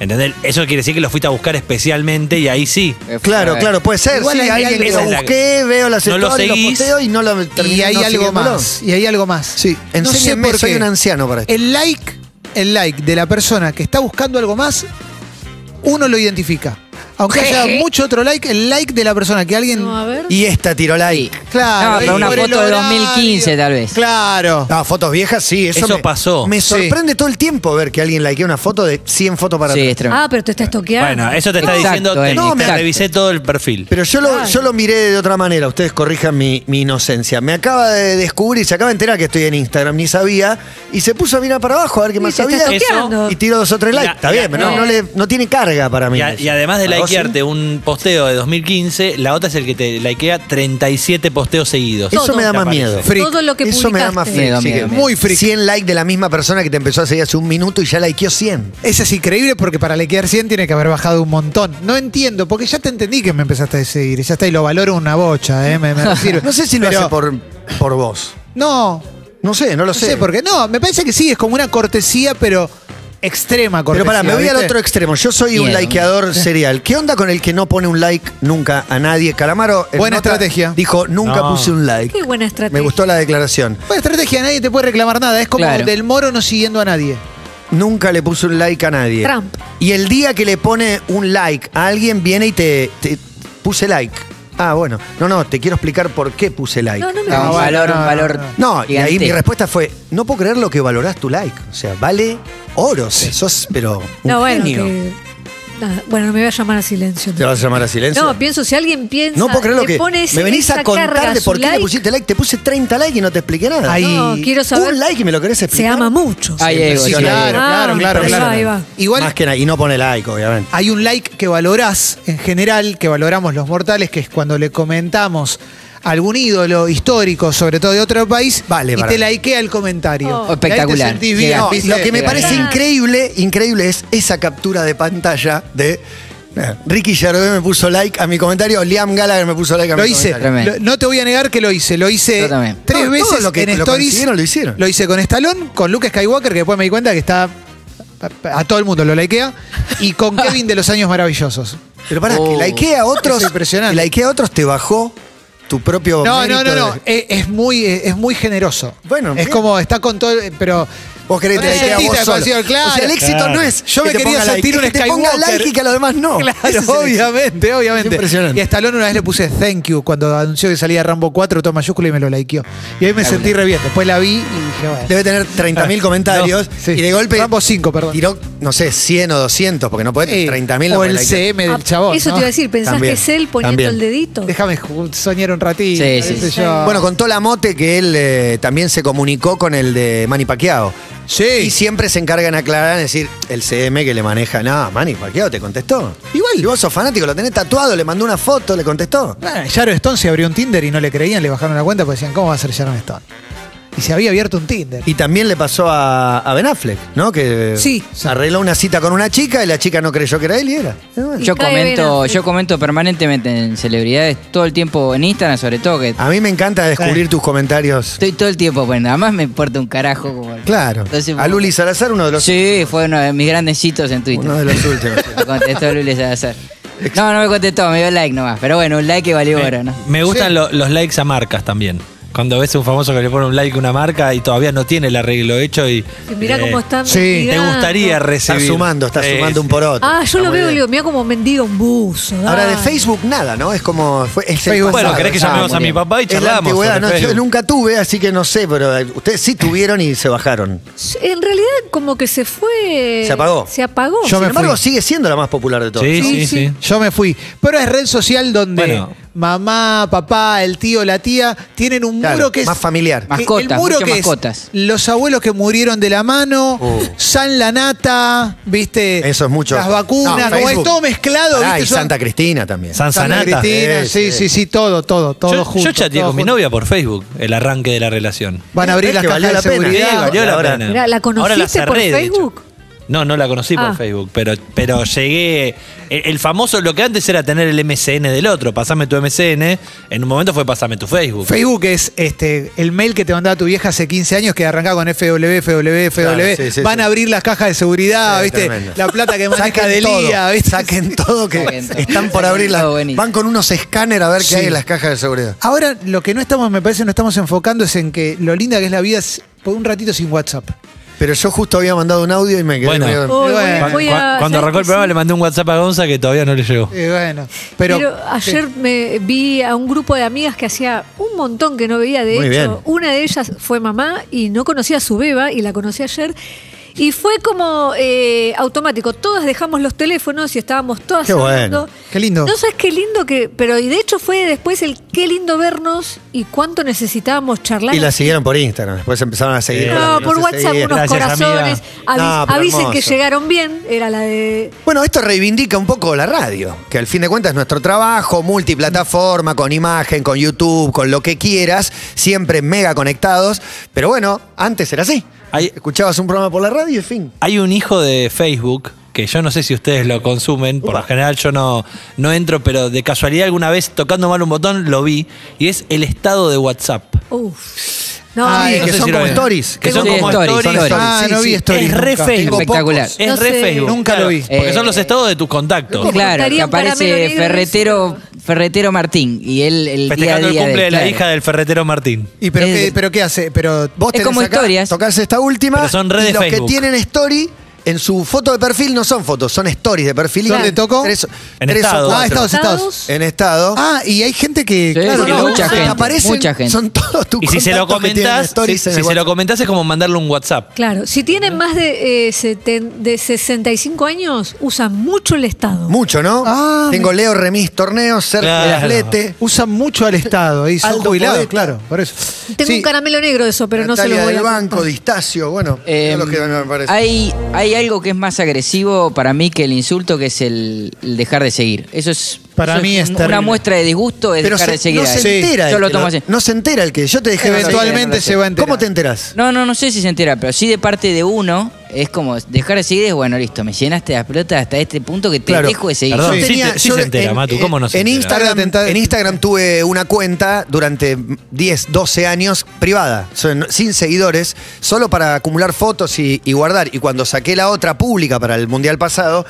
[SPEAKER 4] ¿Entendés? Eso quiere decir que lo fuiste a buscar especialmente y ahí sí.
[SPEAKER 1] Eh,
[SPEAKER 2] Claro, claro, puede ser.
[SPEAKER 3] Igual
[SPEAKER 2] sí,
[SPEAKER 3] hay
[SPEAKER 2] alguien
[SPEAKER 3] algo-
[SPEAKER 2] que
[SPEAKER 4] Esa
[SPEAKER 2] lo
[SPEAKER 4] es la-
[SPEAKER 2] busqué, veo las
[SPEAKER 4] No lo
[SPEAKER 2] stories, lo
[SPEAKER 4] seguís.
[SPEAKER 2] posteo y no lo terminé
[SPEAKER 3] Y hay
[SPEAKER 2] no
[SPEAKER 3] algo
[SPEAKER 2] siguiéndolo.
[SPEAKER 3] más. Y hay algo más.
[SPEAKER 2] Sí, enséñenme, soy un anciano para esto.
[SPEAKER 3] El like, el like de la persona que está buscando algo más, uno lo identifica. Aunque haya mucho otro like, el like de la persona que alguien.
[SPEAKER 6] No, a ver.
[SPEAKER 2] Mm. Y esta tiró like.
[SPEAKER 3] Claro,
[SPEAKER 1] No, pero
[SPEAKER 3] y
[SPEAKER 1] una
[SPEAKER 3] por el
[SPEAKER 1] foto de
[SPEAKER 3] horario.
[SPEAKER 1] 2015 tal vez.
[SPEAKER 3] Claro.
[SPEAKER 2] Ah, fotos viejas, sí, eso,
[SPEAKER 4] Eso
[SPEAKER 2] me-
[SPEAKER 4] pasó.
[SPEAKER 2] Me
[SPEAKER 3] Sí.
[SPEAKER 2] sorprende todo el tiempo ver que alguien likea una foto de 100 fotos para
[SPEAKER 1] Sí,
[SPEAKER 2] atrás.
[SPEAKER 1] es tremendo.
[SPEAKER 6] Ah, pero te estás toqueando.
[SPEAKER 4] Bueno,
[SPEAKER 2] eh,
[SPEAKER 4] eso te está
[SPEAKER 1] Exacto,
[SPEAKER 4] diciendo que
[SPEAKER 1] Eli,
[SPEAKER 4] no, me
[SPEAKER 1] exacto.
[SPEAKER 4] revisé todo el perfil.
[SPEAKER 2] Pero yo lo,
[SPEAKER 6] Claro.
[SPEAKER 2] yo lo miré de otra manera, ustedes corrijan mi, mi inocencia. Me acaba de descubrir, se acaba de enterar que estoy en Instagram, ni sabía, y se puso a mirar para abajo a ver qué
[SPEAKER 6] Y
[SPEAKER 2] más
[SPEAKER 6] te
[SPEAKER 2] sabía.
[SPEAKER 6] está toqueando.
[SPEAKER 2] Y tiró dos o tres
[SPEAKER 4] Y a-
[SPEAKER 2] likes. Está
[SPEAKER 4] y a-
[SPEAKER 2] bien, pero no, no le- no tiene carga para mí.
[SPEAKER 4] Y, a-
[SPEAKER 2] eso.
[SPEAKER 4] y además de
[SPEAKER 2] ¿A ¿Ah, vos sí?
[SPEAKER 4] likearte un posteo de 2015, la otra es el que te likea 37 posteos seguidos.
[SPEAKER 2] Eso me da
[SPEAKER 4] Te
[SPEAKER 2] más
[SPEAKER 4] aparece.
[SPEAKER 2] miedo.
[SPEAKER 3] Freak.
[SPEAKER 6] Todo lo que
[SPEAKER 2] Eso me da más
[SPEAKER 6] publicaste.
[SPEAKER 2] freak.
[SPEAKER 1] Miedo,
[SPEAKER 2] sí que-
[SPEAKER 1] miedo, miedo.
[SPEAKER 3] Muy freak.
[SPEAKER 2] 100 likes de la misma persona que te empezó a seguir hace un minuto y ya likeó 100.
[SPEAKER 3] Eso es increíble porque para lequear 100 tiene que haber bajado un montón. No entiendo, porque ya te entendí que me empezaste a seguir. y Ya está, y lo valoro una bocha, ¿eh? Me, me sirve.
[SPEAKER 2] [laughs] No sé si lo
[SPEAKER 3] Pero-
[SPEAKER 2] hace por, por vos.
[SPEAKER 3] No,
[SPEAKER 2] No sé, no lo
[SPEAKER 3] no sé por qué. No, me parece que sí, es como una cortesía, pero extrema cortesía.
[SPEAKER 2] Pero pará, me voy al
[SPEAKER 3] ¿viste?
[SPEAKER 2] otro extremo. Yo soy un
[SPEAKER 1] Miedo.
[SPEAKER 2] [laughs] likeador serial. ¿Qué onda con el que no pone un like nunca a nadie? Calamaro. en
[SPEAKER 3] Buena
[SPEAKER 2] nota,
[SPEAKER 3] estrategia.
[SPEAKER 2] Dijo, nunca
[SPEAKER 4] No.
[SPEAKER 2] puse un like.
[SPEAKER 6] Qué buena estrategia.
[SPEAKER 2] Me gustó la declaración.
[SPEAKER 3] Bueno, estrategia, nadie te puede reclamar nada. Es como
[SPEAKER 1] Claro.
[SPEAKER 3] del moro no siguiendo a nadie.
[SPEAKER 2] Nunca le puse un like a nadie.
[SPEAKER 6] Trump.
[SPEAKER 2] Y el día que le pone un like a alguien, viene y te, te- puse like. Ah, bueno. No, no, te quiero explicar por qué puse like.
[SPEAKER 6] No, no me
[SPEAKER 3] bueno,
[SPEAKER 1] No, un valor,
[SPEAKER 3] no,
[SPEAKER 1] un valor.
[SPEAKER 2] No, y ahí
[SPEAKER 1] gigante.
[SPEAKER 2] mi respuesta fue, no puedo creer lo que valorás tu like. O sea, vale oro. o sea, Sos, pero un
[SPEAKER 6] No, bueno,
[SPEAKER 2] genio.
[SPEAKER 6] que- nada, bueno, no me voy a llamar a silencio.
[SPEAKER 2] ¿Te vas a llamar a silencio?
[SPEAKER 6] No, pienso, si alguien piensa.
[SPEAKER 2] No puedo creer lo
[SPEAKER 6] le
[SPEAKER 2] que.
[SPEAKER 6] pone
[SPEAKER 2] Me venís
[SPEAKER 6] esa
[SPEAKER 2] a
[SPEAKER 6] carga
[SPEAKER 2] contar de
[SPEAKER 6] su
[SPEAKER 2] por qué le
[SPEAKER 6] like,
[SPEAKER 2] pusiste like. Te puse 30 likes y no te expliqué nada.
[SPEAKER 3] Ahí-
[SPEAKER 6] No, quiero saber.
[SPEAKER 2] Un like y me lo querés
[SPEAKER 6] se
[SPEAKER 2] explicar.
[SPEAKER 6] ama mucho.
[SPEAKER 1] Hay ego, sí,
[SPEAKER 2] Impresionante.
[SPEAKER 1] hay
[SPEAKER 3] Claro,
[SPEAKER 1] ego.
[SPEAKER 3] claro, claro,
[SPEAKER 6] Ah, ahí
[SPEAKER 3] claro.
[SPEAKER 6] va, ahí va.
[SPEAKER 3] Igual
[SPEAKER 2] Más que nada. Y no pone like, obviamente.
[SPEAKER 3] hay un like que valorás en general, que valoramos los mortales, que es cuando le comentamos a algún ídolo histórico, sobre todo de otro país,
[SPEAKER 2] Vale,
[SPEAKER 3] y
[SPEAKER 2] para
[SPEAKER 3] te
[SPEAKER 2] mí.
[SPEAKER 3] likea el comentario. Y
[SPEAKER 6] Oh.
[SPEAKER 3] ahí te
[SPEAKER 1] Espectacular.
[SPEAKER 3] sentís
[SPEAKER 1] Llega.
[SPEAKER 3] bien,
[SPEAKER 2] No,
[SPEAKER 3] ¿viste?
[SPEAKER 2] lo que me
[SPEAKER 1] Llega.
[SPEAKER 2] parece increíble, increíble es esa captura de pantalla de. eh, Ricky Gervais me puso like a mi comentario, Liam Gallagher me puso like a
[SPEAKER 3] Lo
[SPEAKER 2] mi
[SPEAKER 3] hice.
[SPEAKER 2] comentario.
[SPEAKER 1] Tremendo.
[SPEAKER 3] Lo- no te voy a negar que lo hice. Lo hice
[SPEAKER 1] Yo también.
[SPEAKER 3] tres
[SPEAKER 2] No, todo
[SPEAKER 3] veces
[SPEAKER 2] lo que-
[SPEAKER 3] en
[SPEAKER 2] lo
[SPEAKER 3] stories.
[SPEAKER 2] consiguieron, lo hicieron.
[SPEAKER 3] Lo hice con Stallone, con Luke Skywalker, que después me di cuenta que está pa- pa- a todo el mundo lo likea, y
[SPEAKER 2] [laughs]
[SPEAKER 3] con Kevin de los años maravillosos.
[SPEAKER 2] Pero pará,
[SPEAKER 1] Oh.
[SPEAKER 2] que la IKEA a otros.
[SPEAKER 3] Es impresionante.
[SPEAKER 2] que la IKEA a otros te bajó tu propio.
[SPEAKER 3] No, no,
[SPEAKER 2] mérito
[SPEAKER 3] no, no.
[SPEAKER 2] de-
[SPEAKER 3] e- Es, muy, eh, es muy generoso.
[SPEAKER 2] Bueno,
[SPEAKER 3] es
[SPEAKER 2] bien.
[SPEAKER 3] como está con todo. el- Pero.
[SPEAKER 2] Vos querés que
[SPEAKER 3] No
[SPEAKER 2] te IKEA
[SPEAKER 3] sentiste
[SPEAKER 2] vos
[SPEAKER 3] de
[SPEAKER 2] solo.
[SPEAKER 3] pasión, claro.
[SPEAKER 2] O sea, el éxito
[SPEAKER 4] Claro.
[SPEAKER 2] no es.
[SPEAKER 3] Yo me
[SPEAKER 2] que te
[SPEAKER 3] quería
[SPEAKER 2] ponga
[SPEAKER 3] sentir
[SPEAKER 2] like,
[SPEAKER 3] un
[SPEAKER 2] es que te ponga
[SPEAKER 3] Skywalker.
[SPEAKER 2] like y que a los demás no. Ese
[SPEAKER 3] [laughs] Claro,
[SPEAKER 2] es el
[SPEAKER 3] obviamente, obviamente.
[SPEAKER 2] Impresionante.
[SPEAKER 3] Y a Stallone una vez le puse thank you cuando anunció que salía Rambo 4, todo mayúscula y me lo likeó. Y ahí me sentí re bien. Después la vi y dije, bueno.
[SPEAKER 2] Debe tener 30.000 comentarios
[SPEAKER 3] No, sí.
[SPEAKER 2] y de golpe
[SPEAKER 3] Rambo 5, perdón.
[SPEAKER 2] tiró, no sé, 100 o 200, porque no podés
[SPEAKER 3] Eh,
[SPEAKER 2] 30.000
[SPEAKER 3] O
[SPEAKER 2] no
[SPEAKER 3] el
[SPEAKER 2] podés like.
[SPEAKER 3] CM del
[SPEAKER 6] Ah,
[SPEAKER 3] chabón.
[SPEAKER 6] Eso
[SPEAKER 3] ¿no?
[SPEAKER 6] te iba a decir, pensás
[SPEAKER 2] También,
[SPEAKER 6] que es él poniendo
[SPEAKER 2] también.
[SPEAKER 6] el dedito.
[SPEAKER 3] Déjame ju- soñar un ratito.
[SPEAKER 1] Sí,
[SPEAKER 3] qué
[SPEAKER 1] sí,
[SPEAKER 3] sé
[SPEAKER 1] sí.
[SPEAKER 3] yo.
[SPEAKER 2] Bueno, contó la mote que él eh, también se comunicó con el de Manny Pacquiao.
[SPEAKER 3] Sí.
[SPEAKER 2] Y siempre se encargan a aclarar, en decir, el CM que le maneja, nada, Manny Pacquiao te contestó. Igual. Y vos sos fanático, lo tenés tatuado, le mandó una foto, le contestó.
[SPEAKER 3] Bueno, Sharon Stone se abrió un Tinder y no le creían, le bajaron la cuenta porque decían, ¿cómo va a ser Sharon Stone? Y se había abierto un Tinder.
[SPEAKER 2] Y también le pasó a, a Ben Affleck, ¿no? Que
[SPEAKER 6] Sí.
[SPEAKER 2] arregló una cita con una chica y la chica no creyó que era él y era. Y bueno.
[SPEAKER 6] Y
[SPEAKER 1] Yo
[SPEAKER 6] cae Ben
[SPEAKER 1] comento,
[SPEAKER 6] Affleck.
[SPEAKER 1] yo comento permanentemente en celebridades todo el tiempo en Instagram, sobre todo que
[SPEAKER 2] A mí me encanta descubrir tus comentarios.
[SPEAKER 1] estoy todo el tiempo, bueno, además me importa un carajo. como-
[SPEAKER 2] Claro.
[SPEAKER 1] Entonces,
[SPEAKER 2] a Luli Salazar, uno de los,
[SPEAKER 1] Sí, fue uno de mis grandes hitos en Twitter.
[SPEAKER 2] uno de los
[SPEAKER 4] [laughs]
[SPEAKER 2] últimos.
[SPEAKER 1] [laughs] Me contestó Luli Salazar. No, no me contestó, me dio like nomás. Pero bueno, un like que valió oro, ¿no?
[SPEAKER 4] Me gustan lo- los likes a marcas también. Cuando ves un famoso que le pone un like a una marca y todavía no tiene el arreglo hecho y.
[SPEAKER 6] Que mirá
[SPEAKER 4] eh,
[SPEAKER 6] cómo están
[SPEAKER 3] sí,
[SPEAKER 4] Te
[SPEAKER 6] mendigando.
[SPEAKER 4] gustaría
[SPEAKER 2] Está
[SPEAKER 4] recibir.
[SPEAKER 2] sumando, está
[SPEAKER 4] Eh,
[SPEAKER 2] sumando un poroto.
[SPEAKER 6] Ah, yo
[SPEAKER 2] Está
[SPEAKER 6] lo
[SPEAKER 2] muy
[SPEAKER 6] veo y
[SPEAKER 2] bien.
[SPEAKER 6] digo, mirá cómo mendiga un buzo.
[SPEAKER 2] Ahora de
[SPEAKER 6] dale.
[SPEAKER 2] Facebook nada, ¿no? Es como. Fue, es el
[SPEAKER 3] Facebook,
[SPEAKER 2] pasado,
[SPEAKER 4] Bueno, querés que
[SPEAKER 2] está
[SPEAKER 4] llamemos
[SPEAKER 2] muy
[SPEAKER 4] a mi
[SPEAKER 2] bien.
[SPEAKER 4] papá y
[SPEAKER 2] Es la
[SPEAKER 4] charlamos.
[SPEAKER 2] antigüedad,
[SPEAKER 4] sobre
[SPEAKER 2] no, yo
[SPEAKER 4] Facebook.
[SPEAKER 2] nunca tuve, así que no sé, pero eh, ustedes sí tuvieron y se bajaron.
[SPEAKER 6] En realidad, como que se fue.
[SPEAKER 2] Se apagó.
[SPEAKER 6] Se apagó.
[SPEAKER 3] Yo
[SPEAKER 2] Sin
[SPEAKER 3] me
[SPEAKER 2] embargo,
[SPEAKER 3] fui.
[SPEAKER 2] sigue siendo la más popular de todas.
[SPEAKER 4] Sí,
[SPEAKER 2] ¿no?
[SPEAKER 4] sí, sí.
[SPEAKER 6] sí.
[SPEAKER 3] Yo me fui. Pero es red social donde
[SPEAKER 4] Bueno.
[SPEAKER 3] mamá, papá, el tío, la tía tienen un
[SPEAKER 2] Claro,
[SPEAKER 3] muro que es.
[SPEAKER 2] más familiar.
[SPEAKER 3] que-
[SPEAKER 1] Mascotas,
[SPEAKER 3] el muro
[SPEAKER 1] mucho
[SPEAKER 3] que es
[SPEAKER 1] mascotas.
[SPEAKER 3] los abuelos que murieron de la mano,
[SPEAKER 2] Oh.
[SPEAKER 3] San la nata, ¿viste?
[SPEAKER 2] Eso es mucho.
[SPEAKER 3] Las vacunas,
[SPEAKER 2] No,
[SPEAKER 3] como es
[SPEAKER 2] Facebook.
[SPEAKER 3] todo mezclado,
[SPEAKER 2] Pará,
[SPEAKER 3] ¿viste?
[SPEAKER 2] y
[SPEAKER 3] Son-
[SPEAKER 2] Santa Cristina también.
[SPEAKER 4] San
[SPEAKER 3] Santa
[SPEAKER 4] Sanata.
[SPEAKER 3] Cristina,
[SPEAKER 2] Eh,
[SPEAKER 3] sí,
[SPEAKER 2] sí.
[SPEAKER 3] sí, sí, todo, todo, todo
[SPEAKER 4] yo,
[SPEAKER 3] junto.
[SPEAKER 4] yo chateé
[SPEAKER 3] todo
[SPEAKER 4] con mi
[SPEAKER 3] junto.
[SPEAKER 4] novia por Facebook, el arranque de la relación.
[SPEAKER 3] Van a abrir
[SPEAKER 2] ¿Ves
[SPEAKER 3] las
[SPEAKER 2] que
[SPEAKER 3] cajas
[SPEAKER 2] valió
[SPEAKER 3] de
[SPEAKER 2] la pena?
[SPEAKER 3] seguridad.
[SPEAKER 2] Sí,
[SPEAKER 4] valió la
[SPEAKER 2] ahora-
[SPEAKER 4] pena.
[SPEAKER 6] Mirá,
[SPEAKER 4] Ahora
[SPEAKER 6] ¿la
[SPEAKER 4] la
[SPEAKER 6] conociste por
[SPEAKER 4] cerré, de hecho.
[SPEAKER 6] Facebook?
[SPEAKER 4] No, no la conocí
[SPEAKER 6] Ah.
[SPEAKER 4] por Facebook, pero, pero llegué. El, el famoso, lo que antes era tener el MCN del otro, pasame tu MCN, en un momento fue pasame tu Facebook.
[SPEAKER 3] Facebook es este el mail que te mandaba tu vieja hace 15 años que arrancaba con FW, FW, FW.
[SPEAKER 2] Claro, sí, sí,
[SPEAKER 3] Van a
[SPEAKER 2] sí.
[SPEAKER 3] abrir las cajas de seguridad,
[SPEAKER 2] Sí,
[SPEAKER 3] ¿viste?
[SPEAKER 2] tremendo.
[SPEAKER 3] La plata
[SPEAKER 2] [laughs]
[SPEAKER 3] que maneja
[SPEAKER 2] Saquen
[SPEAKER 3] de
[SPEAKER 2] todo,
[SPEAKER 3] Lía, ¿viste?
[SPEAKER 2] Saquen todo que
[SPEAKER 1] Saquen todo.
[SPEAKER 2] están por
[SPEAKER 1] Saquen
[SPEAKER 2] abrirla.
[SPEAKER 1] todo, buenísimo.
[SPEAKER 2] Van con unos escáneres a ver qué
[SPEAKER 3] Sí.
[SPEAKER 2] hay en las cajas de seguridad.
[SPEAKER 3] Ahora, lo que no estamos, me parece, no estamos enfocando es en que lo linda que es la vida es por un ratito sin WhatsApp.
[SPEAKER 2] Pero yo justo había mandado un audio y me quedé.
[SPEAKER 4] Bueno.
[SPEAKER 2] medio-
[SPEAKER 6] Oh, voy-
[SPEAKER 3] Bueno,
[SPEAKER 4] Cu-
[SPEAKER 6] voy
[SPEAKER 4] cu-
[SPEAKER 6] a-
[SPEAKER 4] cuando
[SPEAKER 6] ¿sabes
[SPEAKER 4] arrancó
[SPEAKER 6] qué?
[SPEAKER 4] el programa
[SPEAKER 6] Sí.
[SPEAKER 4] le mandé un WhatsApp a Gonza que todavía no le llegó.
[SPEAKER 3] Y Eh, bueno, pero, eh,
[SPEAKER 6] Pero, ayer me vi a un grupo de amigas que hacía un montón que no veía. De
[SPEAKER 2] Muy
[SPEAKER 6] hecho,
[SPEAKER 2] bien.
[SPEAKER 6] una de ellas fue mamá y no conocía a su beba y la conocí ayer. Y fue como eh, automático. Todas dejamos los teléfonos y estábamos todas
[SPEAKER 2] Qué bueno.
[SPEAKER 6] hablando.
[SPEAKER 3] Qué lindo.
[SPEAKER 6] No sabes qué lindo que. Pero y de hecho fue después el qué lindo vernos y cuánto necesitábamos charlar.
[SPEAKER 2] Y la siguieron por Instagram. Después empezaron a seguir.
[SPEAKER 4] Sí.
[SPEAKER 2] con la
[SPEAKER 6] no,
[SPEAKER 2] que
[SPEAKER 6] por
[SPEAKER 2] se
[SPEAKER 6] WhatsApp
[SPEAKER 2] seguía.
[SPEAKER 6] unos
[SPEAKER 4] Gracias, amiga.
[SPEAKER 6] corazones. Avis-
[SPEAKER 2] No, pero
[SPEAKER 6] avisen que
[SPEAKER 2] hermoso.
[SPEAKER 6] llegaron bien. Era la de.
[SPEAKER 2] Bueno, esto reivindica un poco la radio, que al fin de cuentas es nuestro trabajo, multiplataforma, con imagen, con YouTube, con lo que quieras, siempre mega conectados. Pero bueno, antes era así.
[SPEAKER 4] Ahí-
[SPEAKER 2] Escuchabas un programa por la radio y fin.
[SPEAKER 4] Hay un hijo de Facebook que yo no sé si ustedes lo consumen, por lo general yo no, no entro, pero de casualidad alguna vez tocando mal un botón lo vi, y es el estado de WhatsApp.
[SPEAKER 6] Uff. No,
[SPEAKER 2] Ah,
[SPEAKER 6] amigo.
[SPEAKER 2] que
[SPEAKER 4] sé
[SPEAKER 2] son
[SPEAKER 4] lo
[SPEAKER 2] como
[SPEAKER 4] ven.
[SPEAKER 2] stories.
[SPEAKER 4] Que
[SPEAKER 2] Que
[SPEAKER 4] son
[SPEAKER 1] son
[SPEAKER 4] como
[SPEAKER 1] stories,
[SPEAKER 4] stories.
[SPEAKER 1] son stories.
[SPEAKER 3] Ah, no vi stories
[SPEAKER 4] Es re
[SPEAKER 3] nunca.
[SPEAKER 4] Facebook.
[SPEAKER 1] Espectacular.
[SPEAKER 4] Es
[SPEAKER 6] No
[SPEAKER 4] re
[SPEAKER 6] sé.
[SPEAKER 4] Facebook.
[SPEAKER 3] Nunca lo vi.
[SPEAKER 4] Porque son los
[SPEAKER 1] Eh,
[SPEAKER 4] estados de tus contactos.
[SPEAKER 1] Claro, que
[SPEAKER 6] Cortaría un caramelo
[SPEAKER 1] aparece
[SPEAKER 6] negro
[SPEAKER 1] Ferretero, Ferretero Martín y él el día a
[SPEAKER 4] Festejando el
[SPEAKER 1] día
[SPEAKER 4] cumple de la
[SPEAKER 1] claro.
[SPEAKER 4] hija del ferretero Martín.
[SPEAKER 3] ¿y pero,
[SPEAKER 1] es-
[SPEAKER 3] qué, pero qué hace? Pero
[SPEAKER 2] Vos
[SPEAKER 1] Es
[SPEAKER 2] tenés
[SPEAKER 1] como
[SPEAKER 2] acá,
[SPEAKER 1] historias.
[SPEAKER 2] Tocás esta última.
[SPEAKER 4] Pero son redes
[SPEAKER 2] y los
[SPEAKER 4] Facebook.
[SPEAKER 2] que tienen story. En su foto de perfil no son fotos, son stories de perfil.
[SPEAKER 3] ¿Dónde
[SPEAKER 2] Claro.
[SPEAKER 3] tocó?
[SPEAKER 2] Tres,
[SPEAKER 4] En
[SPEAKER 2] tres
[SPEAKER 4] estado.
[SPEAKER 2] o
[SPEAKER 3] Ah,
[SPEAKER 2] cuatro.
[SPEAKER 3] Estados, Estados.
[SPEAKER 2] En estado.
[SPEAKER 3] Ah, y hay gente que
[SPEAKER 1] Sí,
[SPEAKER 3] claro,
[SPEAKER 1] sí,
[SPEAKER 3] no,
[SPEAKER 1] mucha
[SPEAKER 2] no,
[SPEAKER 1] gente,
[SPEAKER 2] aparecen,
[SPEAKER 1] mucha gente.
[SPEAKER 2] Son todos tus
[SPEAKER 4] Y si se lo
[SPEAKER 2] contactos que tienen
[SPEAKER 4] comentás, si,
[SPEAKER 2] stories en el
[SPEAKER 4] si se lo
[SPEAKER 2] WhatsApp.
[SPEAKER 4] comentás es como mandarle un WhatsApp.
[SPEAKER 6] Claro, si tienen más de, eh, seten- de 65 años, usan mucho el Estado.
[SPEAKER 2] Mucho, ¿no?
[SPEAKER 3] Ah,
[SPEAKER 2] Tengo Leo Remis Torneos, Sergio
[SPEAKER 4] Claro.
[SPEAKER 2] Atlete.
[SPEAKER 3] eh, usan mucho al Estado y son
[SPEAKER 2] Aldo
[SPEAKER 3] jubilados,
[SPEAKER 2] Poeta.
[SPEAKER 3] claro, por eso.
[SPEAKER 6] Tengo
[SPEAKER 3] Sí,
[SPEAKER 6] un caramelo negro de eso, pero
[SPEAKER 2] Natalia
[SPEAKER 6] no se lo voy
[SPEAKER 2] del
[SPEAKER 6] a
[SPEAKER 2] Banco,
[SPEAKER 6] contar.
[SPEAKER 2] Distacio, bueno,
[SPEAKER 1] Eh,
[SPEAKER 2] es lo que me parece.
[SPEAKER 1] hay, hay algo que es más agresivo para mí que el insulto, que es el, el dejar de seguir. Eso es
[SPEAKER 3] Para
[SPEAKER 1] eso es
[SPEAKER 3] mí es
[SPEAKER 1] un-
[SPEAKER 3] terrible.
[SPEAKER 1] una muestra de disgusto es
[SPEAKER 2] Pero
[SPEAKER 1] dejar
[SPEAKER 2] se-
[SPEAKER 1] de seguir.
[SPEAKER 2] no
[SPEAKER 1] a
[SPEAKER 2] se
[SPEAKER 1] alguien.
[SPEAKER 2] entera.
[SPEAKER 1] Yo
[SPEAKER 2] el
[SPEAKER 1] lo
[SPEAKER 2] que
[SPEAKER 1] tomo así.
[SPEAKER 2] No se entera el que yo te dejé. de hablar.
[SPEAKER 3] Eventualmente se va a enterar.
[SPEAKER 2] ¿Cómo te enterás?
[SPEAKER 1] No, no, no sé si se entera, pero sí de parte de uno Es como dejar así de, bueno, listo, me llenaste las pelotas hasta este punto que te
[SPEAKER 3] Claro.
[SPEAKER 1] dejo de seguir.
[SPEAKER 4] Perdón,
[SPEAKER 2] Yo
[SPEAKER 4] sí
[SPEAKER 2] tenía-
[SPEAKER 4] te- sí
[SPEAKER 2] yo
[SPEAKER 4] se entera, Matu, ¿cómo no se
[SPEAKER 2] en
[SPEAKER 4] entera?
[SPEAKER 2] Instagram,
[SPEAKER 3] Tarde atentado.
[SPEAKER 2] en Instagram tuve una cuenta durante 10, 12 años privada, o sea, no- sin seguidores, solo para acumular fotos y, y guardar. Y cuando saqué la otra pública para el Mundial pasado,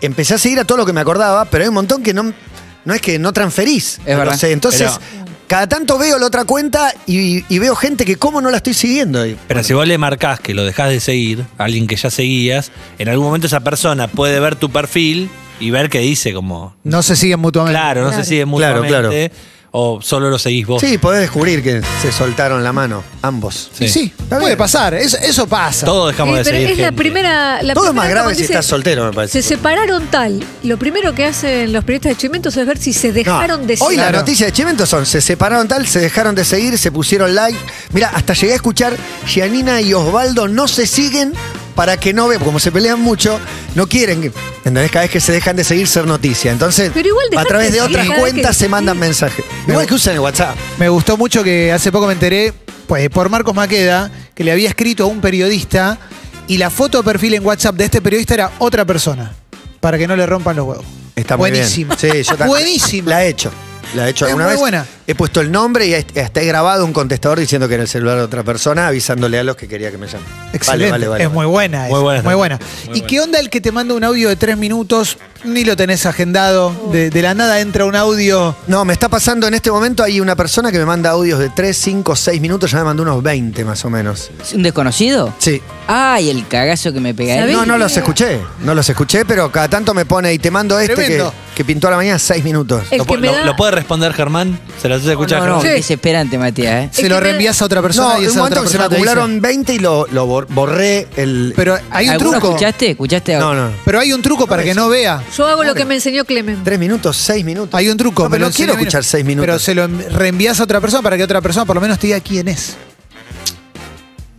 [SPEAKER 2] empecé a seguir a todo lo que me acordaba, pero hay un montón que no, no es que no transferís.
[SPEAKER 1] Es verdad.
[SPEAKER 2] No sé, entonces,
[SPEAKER 4] Pero-
[SPEAKER 2] cada tanto veo la otra cuenta y, y veo gente que cómo no la estoy siguiendo. Y,
[SPEAKER 4] Pero si vos le marcás que lo dejás de seguir a alguien que ya seguías, en algún momento esa persona puede ver tu perfil y ver qué dice, como.
[SPEAKER 3] No se siguen mutuamente.
[SPEAKER 4] Claro, no
[SPEAKER 6] Claro.
[SPEAKER 4] sé si es
[SPEAKER 2] Claro,
[SPEAKER 4] mutuamente.
[SPEAKER 2] claro.
[SPEAKER 4] O solo lo seguís vos.
[SPEAKER 2] sí, podés descubrir que se soltaron la mano, ambos.
[SPEAKER 3] Sí, sí,
[SPEAKER 2] Está
[SPEAKER 3] puede
[SPEAKER 2] bien.
[SPEAKER 3] pasar. Eso, eso pasa.
[SPEAKER 4] Todos dejamos
[SPEAKER 6] Eh,
[SPEAKER 4] de
[SPEAKER 6] pero
[SPEAKER 4] seguir.
[SPEAKER 6] es la
[SPEAKER 4] gente.
[SPEAKER 6] primera. La
[SPEAKER 2] Todo es
[SPEAKER 6] primera
[SPEAKER 2] más grave
[SPEAKER 6] cuando
[SPEAKER 2] si estás soltero, me parece.
[SPEAKER 6] Se separaron tal. Lo primero que hacen los periodistas de Chimentos es ver si se
[SPEAKER 2] No,
[SPEAKER 6] dejaron de
[SPEAKER 2] Hoy las
[SPEAKER 3] Claro.
[SPEAKER 2] noticias de Chimento son, se separaron tal, se dejaron de seguir, se pusieron like. Mira, hasta llegué a escuchar Gianina y Osvaldo no se siguen para que no vean, como se pelean mucho, no quieren, que- ¿entendés? Cada vez que se dejan de seguir ser noticia. Entonces,
[SPEAKER 6] Pero igual
[SPEAKER 2] a
[SPEAKER 6] dejate
[SPEAKER 2] través de
[SPEAKER 6] de seguir
[SPEAKER 2] otras
[SPEAKER 6] cada vez
[SPEAKER 2] cuentas
[SPEAKER 6] que "Mm".
[SPEAKER 2] se mandan
[SPEAKER 6] sí.
[SPEAKER 2] mensajes. Igual que usan el WhatsApp.
[SPEAKER 3] Me gustó mucho que hace poco me enteré, pues por Marcos Maqueda, que le había escrito a un periodista y la foto de perfil en WhatsApp de este periodista era otra persona. Para que no le rompan los huevos.
[SPEAKER 2] Está muy
[SPEAKER 3] Buenísimo.
[SPEAKER 2] bien. Sí, yo también.
[SPEAKER 3] Buenísimo.
[SPEAKER 2] La he hecho. La he hecho
[SPEAKER 3] Es
[SPEAKER 2] alguna
[SPEAKER 3] muy
[SPEAKER 2] vez.
[SPEAKER 3] buena.
[SPEAKER 2] He puesto el nombre y hasta hasta he grabado un contestador diciendo que era el celular de otra persona, avisándole a los que quería que me llamen.
[SPEAKER 3] Excelente.
[SPEAKER 2] Vale, vale, vale.
[SPEAKER 3] es muy buena. esa,
[SPEAKER 4] Muy
[SPEAKER 3] Muy
[SPEAKER 4] buena
[SPEAKER 3] buena.
[SPEAKER 4] esta.
[SPEAKER 3] ¿Y qué onda el que te manda un audio de tres minutos? Ni lo tenés agendado. De, de la nada entra un audio.
[SPEAKER 2] No, me está pasando en este momento. Hay una persona que me manda audios de 3, 5, 6 minutos. Ya me mandó unos 20 más o menos.
[SPEAKER 1] ¿Es ¿Un desconocido?
[SPEAKER 2] Sí.
[SPEAKER 1] Ay, el cagazo que me pegaría.
[SPEAKER 6] ¿Sabés?
[SPEAKER 2] No, no los escuché. No los escuché, pero cada tanto me pone y te mando este que,
[SPEAKER 3] Tremendo.
[SPEAKER 2] que pintó a la mañana 6 minutos.
[SPEAKER 6] El
[SPEAKER 4] ¿Lo,
[SPEAKER 6] que
[SPEAKER 4] pu-
[SPEAKER 6] me
[SPEAKER 4] lo-
[SPEAKER 6] da-
[SPEAKER 4] lo puede responder Germán? ¿Se lo haces escuchar
[SPEAKER 1] No,
[SPEAKER 4] Germán?
[SPEAKER 1] no,
[SPEAKER 6] Sí.
[SPEAKER 1] qué desesperante, Matías. ¿eh?
[SPEAKER 3] Se
[SPEAKER 6] que
[SPEAKER 3] lo
[SPEAKER 6] me-
[SPEAKER 3] reenvías a otra persona
[SPEAKER 2] No,
[SPEAKER 3] y
[SPEAKER 2] en un
[SPEAKER 3] esa otra
[SPEAKER 2] momento se
[SPEAKER 3] persona
[SPEAKER 2] me
[SPEAKER 3] te dice-
[SPEAKER 2] acumularon 20 y lo, lo bor- borré el.
[SPEAKER 3] Pero hay un
[SPEAKER 1] ¿Alguno
[SPEAKER 3] truco.
[SPEAKER 1] escuchaste? ¿Escuchaste?
[SPEAKER 2] no, no.
[SPEAKER 3] Pero hay un truco para que no vea.
[SPEAKER 6] Yo hago lo que me enseñó Clemente.
[SPEAKER 2] 3 minutos, 6 minutos.
[SPEAKER 3] Hay un truco.
[SPEAKER 2] No,
[SPEAKER 3] me
[SPEAKER 2] pero
[SPEAKER 3] lo
[SPEAKER 2] no quiero
[SPEAKER 3] enseñó-
[SPEAKER 2] escuchar 6 minutos.
[SPEAKER 3] Pero se lo en- reenvías a otra persona para que otra persona por lo menos te diga quién es.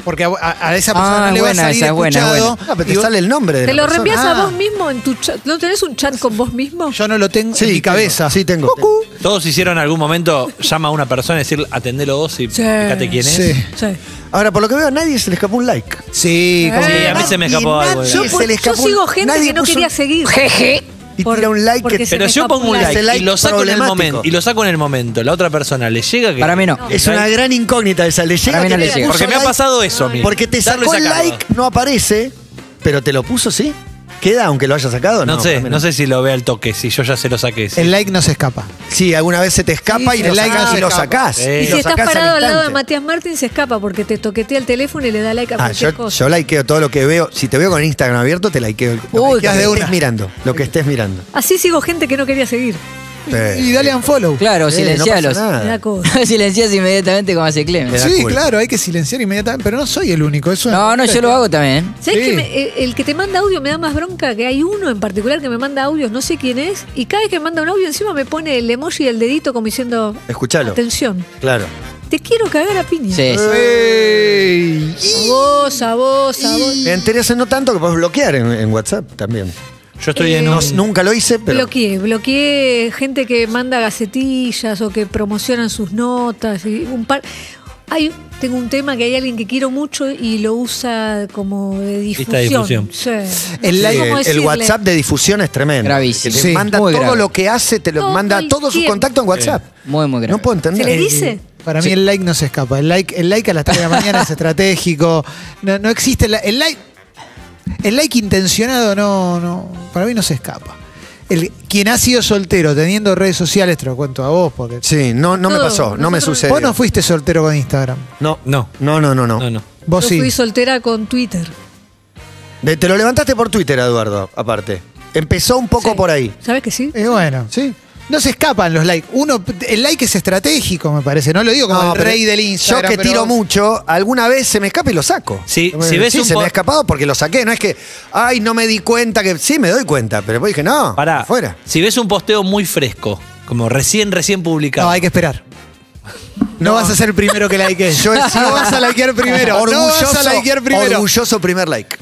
[SPEAKER 3] Porque a, a- a esa persona
[SPEAKER 1] Ah,
[SPEAKER 3] no le
[SPEAKER 1] buena,
[SPEAKER 3] va a salir
[SPEAKER 1] esa es buena,
[SPEAKER 3] escuchado.
[SPEAKER 2] Ah, pero
[SPEAKER 3] Y
[SPEAKER 2] te
[SPEAKER 3] vos-
[SPEAKER 2] sale el nombre de
[SPEAKER 6] ¿Te
[SPEAKER 2] la
[SPEAKER 6] lo
[SPEAKER 2] persona.
[SPEAKER 6] reenvías
[SPEAKER 3] Ah.
[SPEAKER 6] a vos mismo en tu chat? ¿No tenés un chat con vos mismo?
[SPEAKER 3] Yo no lo tengo
[SPEAKER 2] Sí,
[SPEAKER 3] en mi
[SPEAKER 2] tengo.
[SPEAKER 3] cabeza.
[SPEAKER 2] Sí, tengo.
[SPEAKER 3] Cucú.
[SPEAKER 4] Todos hicieron en algún momento, llama a una persona y decir, atendelo vos y
[SPEAKER 6] Sí.
[SPEAKER 4] fíjate quién es.
[SPEAKER 3] Sí.
[SPEAKER 6] Sí.
[SPEAKER 2] Ahora, por lo que veo, a nadie se le escapó un like.
[SPEAKER 3] Sí,
[SPEAKER 6] Eh.
[SPEAKER 3] como-
[SPEAKER 4] Sí, a mí se me
[SPEAKER 2] Nadie,
[SPEAKER 4] escapó algo.
[SPEAKER 2] nadie
[SPEAKER 4] Yo
[SPEAKER 2] se
[SPEAKER 6] Por-
[SPEAKER 2] le
[SPEAKER 6] yo
[SPEAKER 2] escapó un-
[SPEAKER 6] sigo gente
[SPEAKER 2] nadie
[SPEAKER 6] que no
[SPEAKER 2] puso
[SPEAKER 6] quería
[SPEAKER 2] un-
[SPEAKER 6] seguir. Jeje.
[SPEAKER 2] Y tira un like que-
[SPEAKER 6] porque se
[SPEAKER 4] Pero
[SPEAKER 6] me
[SPEAKER 4] si yo
[SPEAKER 6] escapó
[SPEAKER 4] pongo un
[SPEAKER 6] la-
[SPEAKER 4] like,
[SPEAKER 2] Ese like
[SPEAKER 4] y lo saco en el
[SPEAKER 2] problemático.
[SPEAKER 4] momento y lo saco en el momento, la otra persona le llega que
[SPEAKER 1] Para mí no.
[SPEAKER 2] Es una gran incógnita esa. Le llega
[SPEAKER 1] Para mí no
[SPEAKER 2] que
[SPEAKER 1] le
[SPEAKER 2] te
[SPEAKER 1] llega.
[SPEAKER 2] puso
[SPEAKER 4] Porque me ha
[SPEAKER 2] like,
[SPEAKER 4] pasado eso a mí.
[SPEAKER 2] Porque te
[SPEAKER 4] Darlo y
[SPEAKER 2] sacó el
[SPEAKER 4] sacarlo.
[SPEAKER 2] like, no aparece, pero te lo puso, ¿sí? ¿Queda aunque lo haya sacado?
[SPEAKER 4] No, sé,
[SPEAKER 2] también
[SPEAKER 4] no sé si lo ve al toque, si yo ya se lo saqué. sí.
[SPEAKER 3] el like no se escapa.
[SPEAKER 2] Sí, alguna vez se te escapa
[SPEAKER 3] Sí,
[SPEAKER 2] y,
[SPEAKER 3] el
[SPEAKER 2] lo
[SPEAKER 3] like
[SPEAKER 2] sacás,
[SPEAKER 3] no
[SPEAKER 2] y
[SPEAKER 3] se
[SPEAKER 2] lo
[SPEAKER 3] escapa.
[SPEAKER 2] sacás.
[SPEAKER 4] Sí.
[SPEAKER 2] y
[SPEAKER 6] Y
[SPEAKER 2] lo
[SPEAKER 6] si estás
[SPEAKER 2] sacás
[SPEAKER 6] parado al lado de
[SPEAKER 2] instante.
[SPEAKER 6] Matías Martín se escapa porque te toquetea el teléfono y le da like a
[SPEAKER 2] Ah,
[SPEAKER 6] cualquier
[SPEAKER 2] yo,
[SPEAKER 6] cosa.
[SPEAKER 2] yo likeo todo lo que veo. Si te veo con Instagram abierto, te likeo. Lo
[SPEAKER 3] Uy,
[SPEAKER 2] que
[SPEAKER 3] de una.
[SPEAKER 2] estés mirando. Lo que estés mirando.
[SPEAKER 6] Así sigo gente que no quería seguir.
[SPEAKER 2] Eh.
[SPEAKER 3] Y dale unfollow.
[SPEAKER 1] Claro, silencialos. [laughs]
[SPEAKER 2] Ah.
[SPEAKER 6] Me da cosa.
[SPEAKER 1] Silencias inmediatamente como hace Clemen.
[SPEAKER 2] Me da
[SPEAKER 3] Sí,
[SPEAKER 2] culo.
[SPEAKER 3] claro, hay que silenciar inmediatamente. Pero no soy el único. Eso es-
[SPEAKER 1] No, no, yo lo hago también.
[SPEAKER 6] ¿Sabés
[SPEAKER 3] Sí.
[SPEAKER 6] que me- eh, el que te manda audio me da más bronca que hay uno en particular que me manda audios, no sé quién es, y cada vez que me manda un audio encima me pone el emoji del dedito como diciendo
[SPEAKER 2] Escuchalo.
[SPEAKER 6] atención.
[SPEAKER 2] Claro.
[SPEAKER 6] Te quiero cagar a piña.
[SPEAKER 1] Sí, sí.
[SPEAKER 3] Ey.
[SPEAKER 6] A vos, a vos, a vos.
[SPEAKER 2] Me enteré hace no tanto que podés bloquear en, en WhatsApp también.
[SPEAKER 4] Yo estoy en
[SPEAKER 6] Eh,
[SPEAKER 2] No,
[SPEAKER 4] un...
[SPEAKER 2] nunca lo hice, pero.
[SPEAKER 6] Bloqueé, bloqueé gente que manda gacetillas o que promocionan sus notas y un par. Hay, tengo un tema que hay alguien que quiero mucho y lo usa como de difusión.
[SPEAKER 4] Lista de difusión.
[SPEAKER 6] Sí.
[SPEAKER 3] El
[SPEAKER 2] Sí,
[SPEAKER 3] like-
[SPEAKER 6] ¿cómo
[SPEAKER 2] el,
[SPEAKER 6] decirle?
[SPEAKER 2] WhatsApp de difusión es tremendo.
[SPEAKER 1] Gravísimo.
[SPEAKER 2] Que te
[SPEAKER 3] Sí,
[SPEAKER 2] manda todo
[SPEAKER 1] muy grave.
[SPEAKER 2] lo que hace, te lo
[SPEAKER 6] Todo
[SPEAKER 2] manda
[SPEAKER 6] el
[SPEAKER 2] todos sus
[SPEAKER 6] tiempo.
[SPEAKER 2] contactos en WhatsApp.
[SPEAKER 1] Muy, muy grave.
[SPEAKER 2] No puedo entender.
[SPEAKER 6] ¿Se le dice?
[SPEAKER 3] Para mí el like no se escapa. El like, el like a las 3 de la mañana
[SPEAKER 2] [laughs]
[SPEAKER 3] es estratégico. No, no existe el, el like. El like intencionado no, no. Para mí no se escapa. El, quien ha sido soltero teniendo redes sociales, te lo cuento a vos, porque.
[SPEAKER 2] Eh, Sí, no, no me
[SPEAKER 6] Todo.
[SPEAKER 2] pasó, no me
[SPEAKER 6] Nosotros-
[SPEAKER 2] sucedió.
[SPEAKER 3] Vos no fuiste soltero con Instagram.
[SPEAKER 2] no,
[SPEAKER 4] No.
[SPEAKER 2] no, no, no. no.
[SPEAKER 4] No, no.
[SPEAKER 3] Vos
[SPEAKER 6] Yo
[SPEAKER 3] sí.
[SPEAKER 6] fui soltera con Twitter.
[SPEAKER 2] De- te lo levantaste por Twitter, Eduardo, aparte. Empezó un poco
[SPEAKER 6] Sí.
[SPEAKER 2] por ahí.
[SPEAKER 6] ¿Sabes que sí?
[SPEAKER 3] Y bueno, sí. No se escapan los likes. Uno, el like es estratégico, me parece. No lo digo como
[SPEAKER 2] No,
[SPEAKER 3] el
[SPEAKER 2] pero
[SPEAKER 3] rey del Instagram.
[SPEAKER 2] Yo que
[SPEAKER 3] pero-
[SPEAKER 2] tiro mucho, alguna vez se me escapa y lo saco.
[SPEAKER 4] Sí,
[SPEAKER 2] Bueno,
[SPEAKER 4] si ves
[SPEAKER 2] sí,
[SPEAKER 4] un
[SPEAKER 2] se
[SPEAKER 4] po-
[SPEAKER 2] me ha escapado porque lo saqué. No es que, ay, no me di cuenta que. Sí, me doy cuenta, pero después dije, no,
[SPEAKER 4] Pará.
[SPEAKER 2] fuera.
[SPEAKER 4] Si ves un posteo muy fresco, como recién, recién publicado.
[SPEAKER 3] No, hay que esperar. No, vas a ser el primero que like. [laughs]
[SPEAKER 2] Yo he sido-
[SPEAKER 3] no vas a likear primero.
[SPEAKER 2] Orgulloso,
[SPEAKER 3] no vas a likear primero.
[SPEAKER 2] Orgulloso primer like.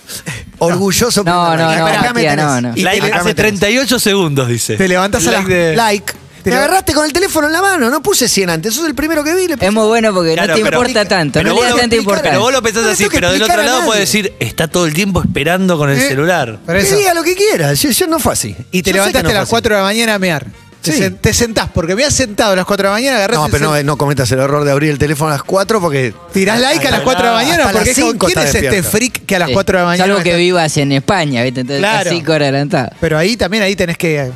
[SPEAKER 2] Orgulloso
[SPEAKER 1] No,
[SPEAKER 2] primer
[SPEAKER 1] no,
[SPEAKER 2] like.
[SPEAKER 1] no,
[SPEAKER 2] Acá me
[SPEAKER 1] Matías,
[SPEAKER 2] tenés.
[SPEAKER 1] no, no.
[SPEAKER 2] Y
[SPEAKER 4] Like
[SPEAKER 2] te- acá
[SPEAKER 4] hace
[SPEAKER 2] me tenés.
[SPEAKER 4] 38 segundos, dice.
[SPEAKER 3] Te levantas a las
[SPEAKER 4] Like de-
[SPEAKER 3] like.
[SPEAKER 2] Me agarraste con el teléfono en la mano, no puse 100 antes, sos el primero que vi. le puse-
[SPEAKER 1] Es muy bueno porque
[SPEAKER 4] Claro,
[SPEAKER 1] no te
[SPEAKER 4] pero-
[SPEAKER 1] importa tanto,
[SPEAKER 4] pero
[SPEAKER 1] no
[SPEAKER 4] vos
[SPEAKER 1] le das
[SPEAKER 4] lo-
[SPEAKER 1] tanta importancia.
[SPEAKER 4] Pero vos lo pensás
[SPEAKER 2] No le
[SPEAKER 4] así,
[SPEAKER 2] tengo que
[SPEAKER 4] pero del
[SPEAKER 2] explicar
[SPEAKER 4] otro
[SPEAKER 2] a
[SPEAKER 4] lado
[SPEAKER 2] nadie.
[SPEAKER 4] puedes decir, está todo el tiempo esperando con el
[SPEAKER 3] Eh.
[SPEAKER 4] celular.
[SPEAKER 3] Por eso.
[SPEAKER 2] Que diga lo que quiera, yo, yo no fue así.
[SPEAKER 3] Y te
[SPEAKER 2] Yo sé que
[SPEAKER 3] levantaste a
[SPEAKER 2] no fue
[SPEAKER 3] las
[SPEAKER 2] así.
[SPEAKER 3] 4 de la mañana a mear. Te,
[SPEAKER 2] Sí.
[SPEAKER 3] sen- te sentás, porque me has sentado a las 4 de la mañana, agarrás
[SPEAKER 2] No, eh,
[SPEAKER 3] el
[SPEAKER 2] pero
[SPEAKER 3] cel-
[SPEAKER 2] no, no cometas el error de abrir el teléfono a las 4 porque.
[SPEAKER 3] Tirás like a las 4 de la
[SPEAKER 2] Hasta
[SPEAKER 3] mañana,
[SPEAKER 2] las
[SPEAKER 3] porque es como,
[SPEAKER 2] cinco
[SPEAKER 3] ¿quién
[SPEAKER 2] está
[SPEAKER 3] es este
[SPEAKER 2] despierto.
[SPEAKER 3] freak que a las
[SPEAKER 1] Sí.
[SPEAKER 3] 4 de la mañana?
[SPEAKER 1] Salvo que
[SPEAKER 3] está-
[SPEAKER 1] vivas en España, ¿viste? Entonces,
[SPEAKER 3] Claro.
[SPEAKER 1] cinco horas adelantada.
[SPEAKER 3] Pero ahí también, ahí tenés que...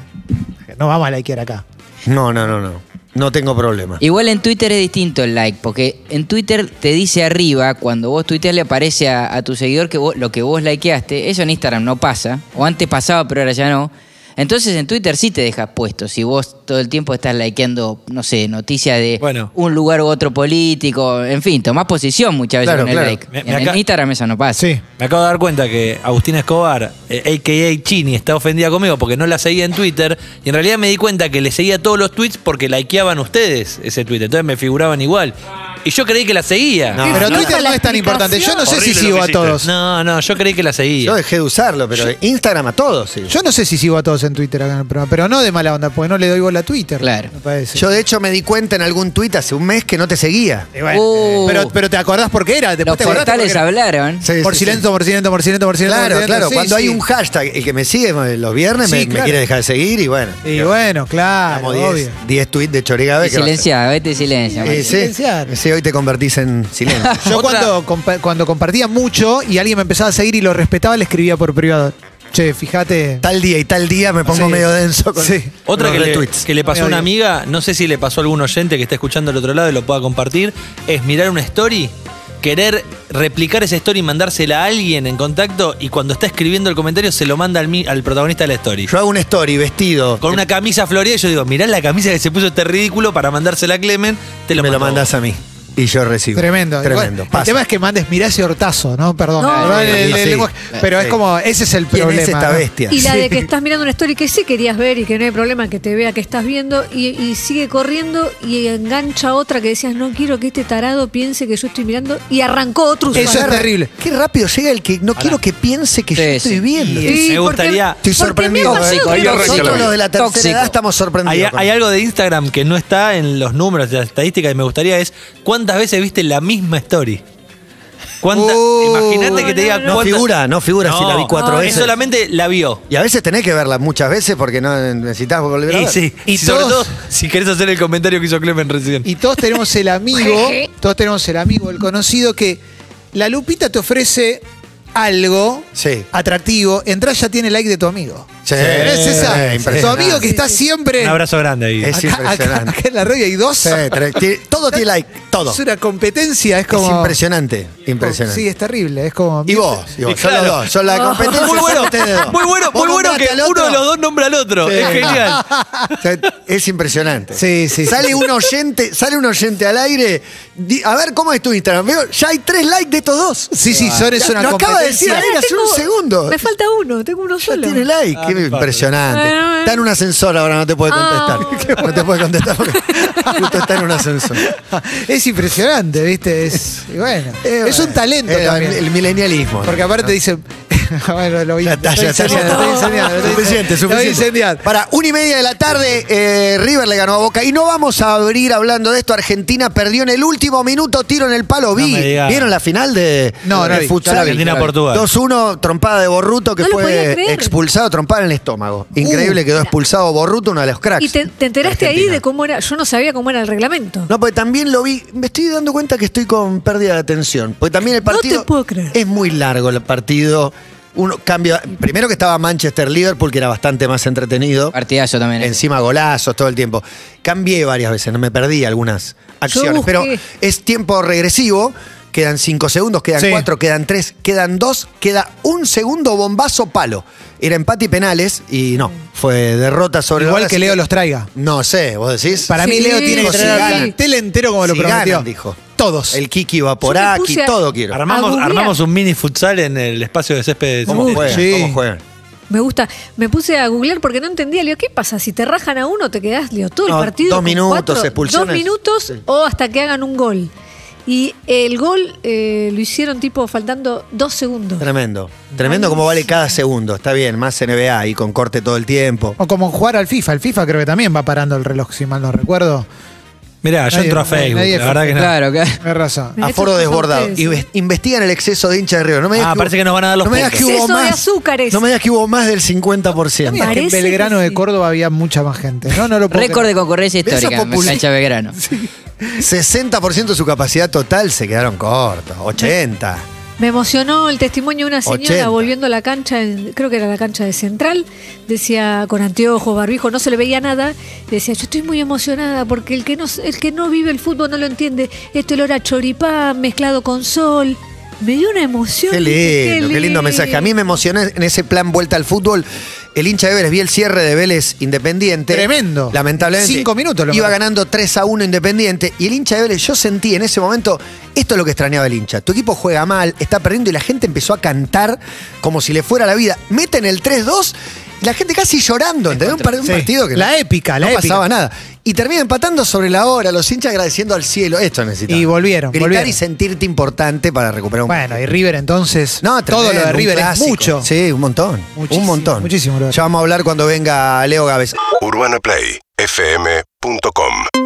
[SPEAKER 3] No vamos a likear acá.
[SPEAKER 2] No, no, no, no. No tengo problema.
[SPEAKER 1] Igual en Twitter es distinto el like, porque en Twitter te dice arriba, cuando vos tuiteas le aparece a, a tu seguidor que vos- lo que vos likeaste, eso en Instagram no pasa, o antes pasaba pero ahora ya no. Entonces en Twitter sí te dejas puesto, si vos todo el tiempo estás likeando, no sé, noticias de
[SPEAKER 4] Bueno.
[SPEAKER 1] un lugar u otro político, en fin, tomás posición muchas veces
[SPEAKER 2] Claro,
[SPEAKER 1] con el
[SPEAKER 2] claro.
[SPEAKER 1] like.
[SPEAKER 4] Me- me
[SPEAKER 1] en,
[SPEAKER 4] acá-
[SPEAKER 1] en Instagram eso no pasa.
[SPEAKER 3] Sí.
[SPEAKER 4] Me acabo de dar cuenta que Agustín Escobar, eh, a.k.a. Chini, está ofendida conmigo porque no la seguía en Twitter. Y en realidad me di cuenta que le seguía todos los tweets porque likeaban ustedes ese Twitter. Entonces me figuraban igual. Y yo creí que la seguía.
[SPEAKER 2] No.
[SPEAKER 3] Pero
[SPEAKER 6] Ah, no.
[SPEAKER 3] Twitter no es tan
[SPEAKER 6] La
[SPEAKER 3] importante. Yo no sé si
[SPEAKER 5] explicación.
[SPEAKER 3] sigo a
[SPEAKER 5] Horrible lo que
[SPEAKER 3] todos.
[SPEAKER 4] No, no, yo creí que la
[SPEAKER 2] Yo
[SPEAKER 4] seguía.
[SPEAKER 2] dejé de usarlo, pero Instagram a todos, sí. Yo,
[SPEAKER 3] Yo no sé si sigo a todos en Twitter acá en el programa, pero no de mala onda, porque no le doy bola a Twitter.
[SPEAKER 1] Claro.
[SPEAKER 3] Me parece.
[SPEAKER 2] de hecho me di cuenta en algún tuit hace un mes que no te seguía.
[SPEAKER 3] Y bueno,
[SPEAKER 1] Uh.
[SPEAKER 3] pero, pero te acordás por qué era. Después
[SPEAKER 1] Los
[SPEAKER 3] te acordás
[SPEAKER 1] portales hablaron.
[SPEAKER 2] Sí, sí,
[SPEAKER 3] por
[SPEAKER 2] sí.
[SPEAKER 3] ciento, por ciento, por ciento, por ciento.
[SPEAKER 2] Claro, claro. cuando hay un hashtag, el que me sigue eh, los viernes
[SPEAKER 3] Sí,
[SPEAKER 2] me, me
[SPEAKER 3] claro.
[SPEAKER 2] quiere dejar de seguir y bueno.
[SPEAKER 3] Y bueno, claro,
[SPEAKER 2] Estamos
[SPEAKER 3] obvio.
[SPEAKER 2] 10 10 tweets de Chorigabe.
[SPEAKER 1] Y Silenciado, vete silencio.
[SPEAKER 2] Eh, sí,
[SPEAKER 3] Silenciar.
[SPEAKER 2] sí, hoy te convertís en
[SPEAKER 3] [laughs]
[SPEAKER 2] silencio.
[SPEAKER 3] Yo
[SPEAKER 4] Otra-
[SPEAKER 3] cuando, compa- cuando compartía mucho y alguien me empezaba a seguir y lo respetaba, le escribía por privado. Che, fíjate.
[SPEAKER 2] tal día y tal día me pongo
[SPEAKER 3] Sí.
[SPEAKER 2] medio denso con
[SPEAKER 3] Sí.
[SPEAKER 4] Otra
[SPEAKER 2] los
[SPEAKER 4] que le,
[SPEAKER 2] retweets.
[SPEAKER 4] que le pasó a una
[SPEAKER 3] Me
[SPEAKER 4] amiga, no sé si le pasó a algún oyente que está escuchando al otro lado y lo pueda compartir, es mirar una story, querer replicar esa story y mandársela a alguien en contacto y cuando está escribiendo el comentario se lo manda al, mi- al protagonista de la story.
[SPEAKER 2] Yo hago una story vestido.
[SPEAKER 4] Con una camisa florida y yo digo, mirá la camisa que se puso este ridículo para mandársela a Clemen, te lo
[SPEAKER 2] me lo
[SPEAKER 4] mando
[SPEAKER 2] mandás
[SPEAKER 4] vos.
[SPEAKER 2] a mí. Y yo recibo.
[SPEAKER 3] Tremendo.
[SPEAKER 2] Tremendo.
[SPEAKER 3] Igual, el
[SPEAKER 2] Pasa.
[SPEAKER 3] tema es que mandes mirás y hortazo, ¿no? Perdón.
[SPEAKER 6] No.
[SPEAKER 3] perdón, el- el
[SPEAKER 2] Sí.
[SPEAKER 3] lenguaje. Pero es
[SPEAKER 2] Sí.
[SPEAKER 3] como, ese es el
[SPEAKER 2] ¿Quién
[SPEAKER 3] problema.
[SPEAKER 2] es esta
[SPEAKER 3] ¿no?
[SPEAKER 2] bestia?
[SPEAKER 6] Y la
[SPEAKER 2] Sí.
[SPEAKER 6] de que estás mirando una story que sí querías ver y que no hay problema que te vea que estás viendo y, y sigue corriendo y engancha a otra que decías no quiero que este tarado piense que yo estoy mirando y arrancó otro
[SPEAKER 3] Eso
[SPEAKER 6] usuario.
[SPEAKER 3] es terrible.
[SPEAKER 2] Qué rápido llega el que no quiero que piense que yo
[SPEAKER 1] Sí,
[SPEAKER 2] estoy
[SPEAKER 1] sí.
[SPEAKER 2] viendo.
[SPEAKER 6] Sí,
[SPEAKER 4] Me
[SPEAKER 6] porque-
[SPEAKER 4] gustaría-
[SPEAKER 2] Estoy
[SPEAKER 6] porque me
[SPEAKER 2] sorprendido. eh,
[SPEAKER 6] ha pasado
[SPEAKER 1] Tóxico,
[SPEAKER 6] que
[SPEAKER 1] ahí
[SPEAKER 6] lo-
[SPEAKER 1] arranca
[SPEAKER 2] Nosotros
[SPEAKER 1] Tóxico.
[SPEAKER 2] los de la tercera
[SPEAKER 1] Tóxico.
[SPEAKER 2] edad estamos
[SPEAKER 4] Hay,
[SPEAKER 2] sorprendidos. con
[SPEAKER 4] hay
[SPEAKER 2] esto.
[SPEAKER 4] algo de Instagram que no está en los números, en las estadísticas, y me gustaría es cuántas veces viste la misma story. ¿Cuánta-
[SPEAKER 2] Uh,
[SPEAKER 4] Imagínate que te diga
[SPEAKER 6] no, no, no.
[SPEAKER 2] No
[SPEAKER 4] cuántas-
[SPEAKER 2] figura, no figura si la vi cuatro
[SPEAKER 6] no,
[SPEAKER 4] es
[SPEAKER 2] veces.
[SPEAKER 4] solamente la vio.
[SPEAKER 2] Y a veces tenés que verla muchas veces porque no necesitas volver a
[SPEAKER 4] Y
[SPEAKER 2] ver.
[SPEAKER 4] sí, y
[SPEAKER 3] Y
[SPEAKER 4] sobre
[SPEAKER 3] todos-
[SPEAKER 4] todo, si querés hacer el comentario que hizo Clemen recién.
[SPEAKER 3] Y todos tenemos el amigo, todos tenemos el amigo, el conocido que la Lupita te ofrece algo
[SPEAKER 2] Sí.
[SPEAKER 3] atractivo, entras ya tiene like de tu amigo.
[SPEAKER 2] Sí,
[SPEAKER 3] ¿No es esa?
[SPEAKER 2] impresionante.
[SPEAKER 3] tu amigo que está siempre
[SPEAKER 4] Un abrazo grande ahí.
[SPEAKER 2] eh, Es
[SPEAKER 3] acá, acá-
[SPEAKER 2] impresionante.
[SPEAKER 3] acá en la radio hay dos.
[SPEAKER 2] Sí, tre- ti- todo tiene like, todo.
[SPEAKER 3] Es una competencia, es
[SPEAKER 2] Es
[SPEAKER 3] como
[SPEAKER 2] impresionante, impresionante.
[SPEAKER 3] Sí, es terrible, es como
[SPEAKER 2] Y vos, y vos,
[SPEAKER 4] Y claro.
[SPEAKER 2] son los dos, son la competencia.
[SPEAKER 4] [laughs] Muy bueno,
[SPEAKER 2] ustedes dos.
[SPEAKER 4] muy bueno,
[SPEAKER 2] Vos
[SPEAKER 4] muy bueno
[SPEAKER 2] nombraste
[SPEAKER 4] que
[SPEAKER 2] al
[SPEAKER 4] uno
[SPEAKER 2] otro.
[SPEAKER 4] de los dos nombra al otro.
[SPEAKER 2] Sí. [laughs]
[SPEAKER 4] Es genial.
[SPEAKER 2] O sea, Es impresionante.
[SPEAKER 3] Sí, sí, sí.
[SPEAKER 2] Sale un oyente, sale un oyente al aire. di- a ver, ¿cómo es tu Instagram? Veo, ya hay tres likes de estos dos.
[SPEAKER 3] Sí, sí, son es
[SPEAKER 2] Ya,
[SPEAKER 3] una
[SPEAKER 2] lo acaba de decir
[SPEAKER 3] competencia.
[SPEAKER 2] Ariel hace un segundo.
[SPEAKER 6] Me falta uno, tengo uno
[SPEAKER 2] Ya
[SPEAKER 6] solo.
[SPEAKER 2] tiene like.
[SPEAKER 4] Ah,
[SPEAKER 2] Qué
[SPEAKER 4] me falta.
[SPEAKER 2] impresionante.
[SPEAKER 6] Bueno,
[SPEAKER 2] Está en un ascensor ahora, no te puede
[SPEAKER 6] Ah.
[SPEAKER 3] [laughs]
[SPEAKER 2] contestar. No te puede contestar porque justo está en un ascensor.
[SPEAKER 3] es impresionante, ¿viste? Es y bueno,
[SPEAKER 2] Eh,
[SPEAKER 3] [laughs] es un talento
[SPEAKER 2] eh,
[SPEAKER 3] también.
[SPEAKER 2] El milenialismo.
[SPEAKER 3] Porque aparte dice. [laughs] bueno, lo vi.
[SPEAKER 2] Ya está,
[SPEAKER 3] lo
[SPEAKER 2] ya está.
[SPEAKER 3] incendiado,
[SPEAKER 2] ya
[SPEAKER 3] lo
[SPEAKER 2] está.
[SPEAKER 3] incendiado, lo
[SPEAKER 2] Suficiente,
[SPEAKER 3] incendiado. Lo
[SPEAKER 2] suficiente.
[SPEAKER 3] incendiado.
[SPEAKER 2] Para una y media de la tarde, eh, River le ganó a Boca. Y no vamos a abrir hablando de esto. Argentina perdió en el último minuto, tiro en el palo. Vi.
[SPEAKER 4] me digas.
[SPEAKER 2] ¿Vieron la final de,
[SPEAKER 3] No, no
[SPEAKER 2] de
[SPEAKER 3] vi.
[SPEAKER 2] futsal?
[SPEAKER 3] No la vi,
[SPEAKER 4] no la vi. Argentina-Portugal.
[SPEAKER 2] 2-1, trompada de Borruto que
[SPEAKER 6] No lo podía
[SPEAKER 2] fue
[SPEAKER 6] creer.
[SPEAKER 2] expulsado, trompada en el estómago. Increíble,
[SPEAKER 6] Uh.
[SPEAKER 2] quedó expulsado Borruto, uno de los cracks.
[SPEAKER 6] Y te, te enteraste ahí de cómo era, yo no sabía cómo era el reglamento.
[SPEAKER 2] No, porque también lo vi. Me estoy dando cuenta que estoy con pérdida de atención. Porque también el
[SPEAKER 6] No te
[SPEAKER 2] partido.
[SPEAKER 6] puedo creer.
[SPEAKER 2] Es muy largo el partido. Uno cambia. Primero que estaba Manchester Liverpool, que era bastante más entretenido.
[SPEAKER 1] Partidazo también.
[SPEAKER 2] Encima golazos todo el tiempo. Cambié varias veces, no me perdí algunas acciones.
[SPEAKER 6] busqué.
[SPEAKER 2] Pero es tiempo regresivo. Quedan cinco segundos, quedan
[SPEAKER 3] Sí.
[SPEAKER 2] cuatro, quedan tres, quedan dos, queda un segundo bombazo palo. Era empate y penales y no, fue derrota sobre la
[SPEAKER 3] Igual
[SPEAKER 2] hora,
[SPEAKER 3] que
[SPEAKER 2] así
[SPEAKER 3] Leo los traiga.
[SPEAKER 2] No sé, vos decís.
[SPEAKER 3] Para mí
[SPEAKER 6] Sí,
[SPEAKER 3] Leo tiene que
[SPEAKER 2] sí,
[SPEAKER 3] traer
[SPEAKER 2] ganan.
[SPEAKER 3] al tele entero como lo
[SPEAKER 2] Si
[SPEAKER 3] prometió.
[SPEAKER 2] ganan, dijo.
[SPEAKER 3] Todos.
[SPEAKER 2] El Kiki
[SPEAKER 6] Yo me
[SPEAKER 2] Vaporaki,
[SPEAKER 6] puse a-
[SPEAKER 2] todo quiero.
[SPEAKER 6] A
[SPEAKER 4] Armamos,
[SPEAKER 6] googlear.
[SPEAKER 4] armamos un mini futsal en el espacio de césped.
[SPEAKER 2] ¿Cómo
[SPEAKER 3] Uh,
[SPEAKER 2] juegan?
[SPEAKER 3] sí.
[SPEAKER 2] ¿Cómo juegan?
[SPEAKER 6] Me gusta, me puse a googlear porque no entendía, le digo, ¿qué pasa? Si te rajan a uno, te quedás, le digo, todo el
[SPEAKER 2] No,
[SPEAKER 6] partido.
[SPEAKER 2] dos
[SPEAKER 6] con
[SPEAKER 2] minutos,
[SPEAKER 6] cuatro-
[SPEAKER 2] expulsiones.
[SPEAKER 6] Dos minutos
[SPEAKER 2] Sí.
[SPEAKER 6] o hasta que hagan un gol. Y el gol eh, lo hicieron tipo faltando dos segundos.
[SPEAKER 2] Tremendo. Tremendo como vale cada segundo. Está bien, más NBA y con corte todo el tiempo.
[SPEAKER 3] O como jugar al FIFA. El FIFA creo que también va parando el reloj, si mal no
[SPEAKER 2] [laughs]
[SPEAKER 3] recuerdo.
[SPEAKER 4] Mirá, yo
[SPEAKER 3] Nadie-
[SPEAKER 4] entro a
[SPEAKER 3] nadie-
[SPEAKER 4] Facebook,
[SPEAKER 3] nadie
[SPEAKER 4] la verdad que no.
[SPEAKER 1] Claro, claro.
[SPEAKER 3] Tienes razón.
[SPEAKER 6] Me
[SPEAKER 2] Aforo
[SPEAKER 6] estos
[SPEAKER 2] desbordado.
[SPEAKER 6] ustedes.
[SPEAKER 2] Inve- Investigan el exceso de hinchas de River. No me digas
[SPEAKER 4] Ah,
[SPEAKER 2] que
[SPEAKER 4] parece
[SPEAKER 2] hubo-
[SPEAKER 4] que nos van a dar los
[SPEAKER 2] no me digas
[SPEAKER 4] puntos.
[SPEAKER 2] que hubo
[SPEAKER 6] Exceso de
[SPEAKER 2] más.
[SPEAKER 6] azúcares.
[SPEAKER 2] No me digas que hubo más del 50%.
[SPEAKER 3] Mira, que en
[SPEAKER 6] Parece que
[SPEAKER 3] Belgrano de
[SPEAKER 6] sí.
[SPEAKER 3] Córdoba había mucha más gente. No, no lo puedo
[SPEAKER 1] Récord de
[SPEAKER 3] creer.
[SPEAKER 1] concurrencia
[SPEAKER 2] Eso es
[SPEAKER 1] histórica,
[SPEAKER 2] populi-
[SPEAKER 1] Cancha Belgrano.
[SPEAKER 2] 60% de su capacidad total se quedaron cortos. 80.
[SPEAKER 6] Me emocionó el testimonio de una señora
[SPEAKER 2] 80.
[SPEAKER 6] volviendo a la cancha, en- creo que era la cancha de Central, decía con anteojos, barbijo, no se le veía nada, y decía, yo estoy muy emocionada porque el que no, el que no vive el fútbol no lo entiende, este olor a choripán mezclado con sol, me dio una emoción.
[SPEAKER 2] Qué
[SPEAKER 6] dije,
[SPEAKER 2] lindo, qué lindo mensaje. A mí me emocioné en ese plan vuelta al fútbol. El hincha de Vélez vi el cierre de Vélez Independiente.
[SPEAKER 3] Tremendo.
[SPEAKER 2] Lamentablemente.
[SPEAKER 3] Cinco minutos lo
[SPEAKER 2] Iba
[SPEAKER 3] marcó.
[SPEAKER 2] ganando 3 a 1 Independiente. Y el hincha de Vélez, yo sentí en ese momento, esto es lo que extrañaba el hincha. Tu equipo juega mal, está perdiendo y la gente empezó a cantar como si le fuera la vida. Meten el 3-2. y La gente casi llorando, ¿entendés? Un, par- un
[SPEAKER 3] Sí.
[SPEAKER 2] partido que
[SPEAKER 3] La
[SPEAKER 2] no-
[SPEAKER 3] épica, la
[SPEAKER 2] no
[SPEAKER 3] épica.
[SPEAKER 2] pasaba nada. Y termina empatando sobre la hora, los hinchas agradeciendo al cielo. Esto necesitamos.
[SPEAKER 3] Y volvieron,
[SPEAKER 2] Gritar
[SPEAKER 3] volvieron.
[SPEAKER 2] y sentirte importante para recuperar un
[SPEAKER 3] Bueno, y River entonces.
[SPEAKER 2] no,
[SPEAKER 3] todo lo
[SPEAKER 2] tremendo,
[SPEAKER 3] de
[SPEAKER 2] un
[SPEAKER 3] River es
[SPEAKER 2] clásico.
[SPEAKER 3] mucho.
[SPEAKER 2] Sí, un montón.
[SPEAKER 3] Muchísimo,
[SPEAKER 2] un montón.
[SPEAKER 3] muchísimo, Roberto.
[SPEAKER 2] Ya vamos a hablar cuando venga Leo Gávez.
[SPEAKER 5] UrbanaPlayFM.com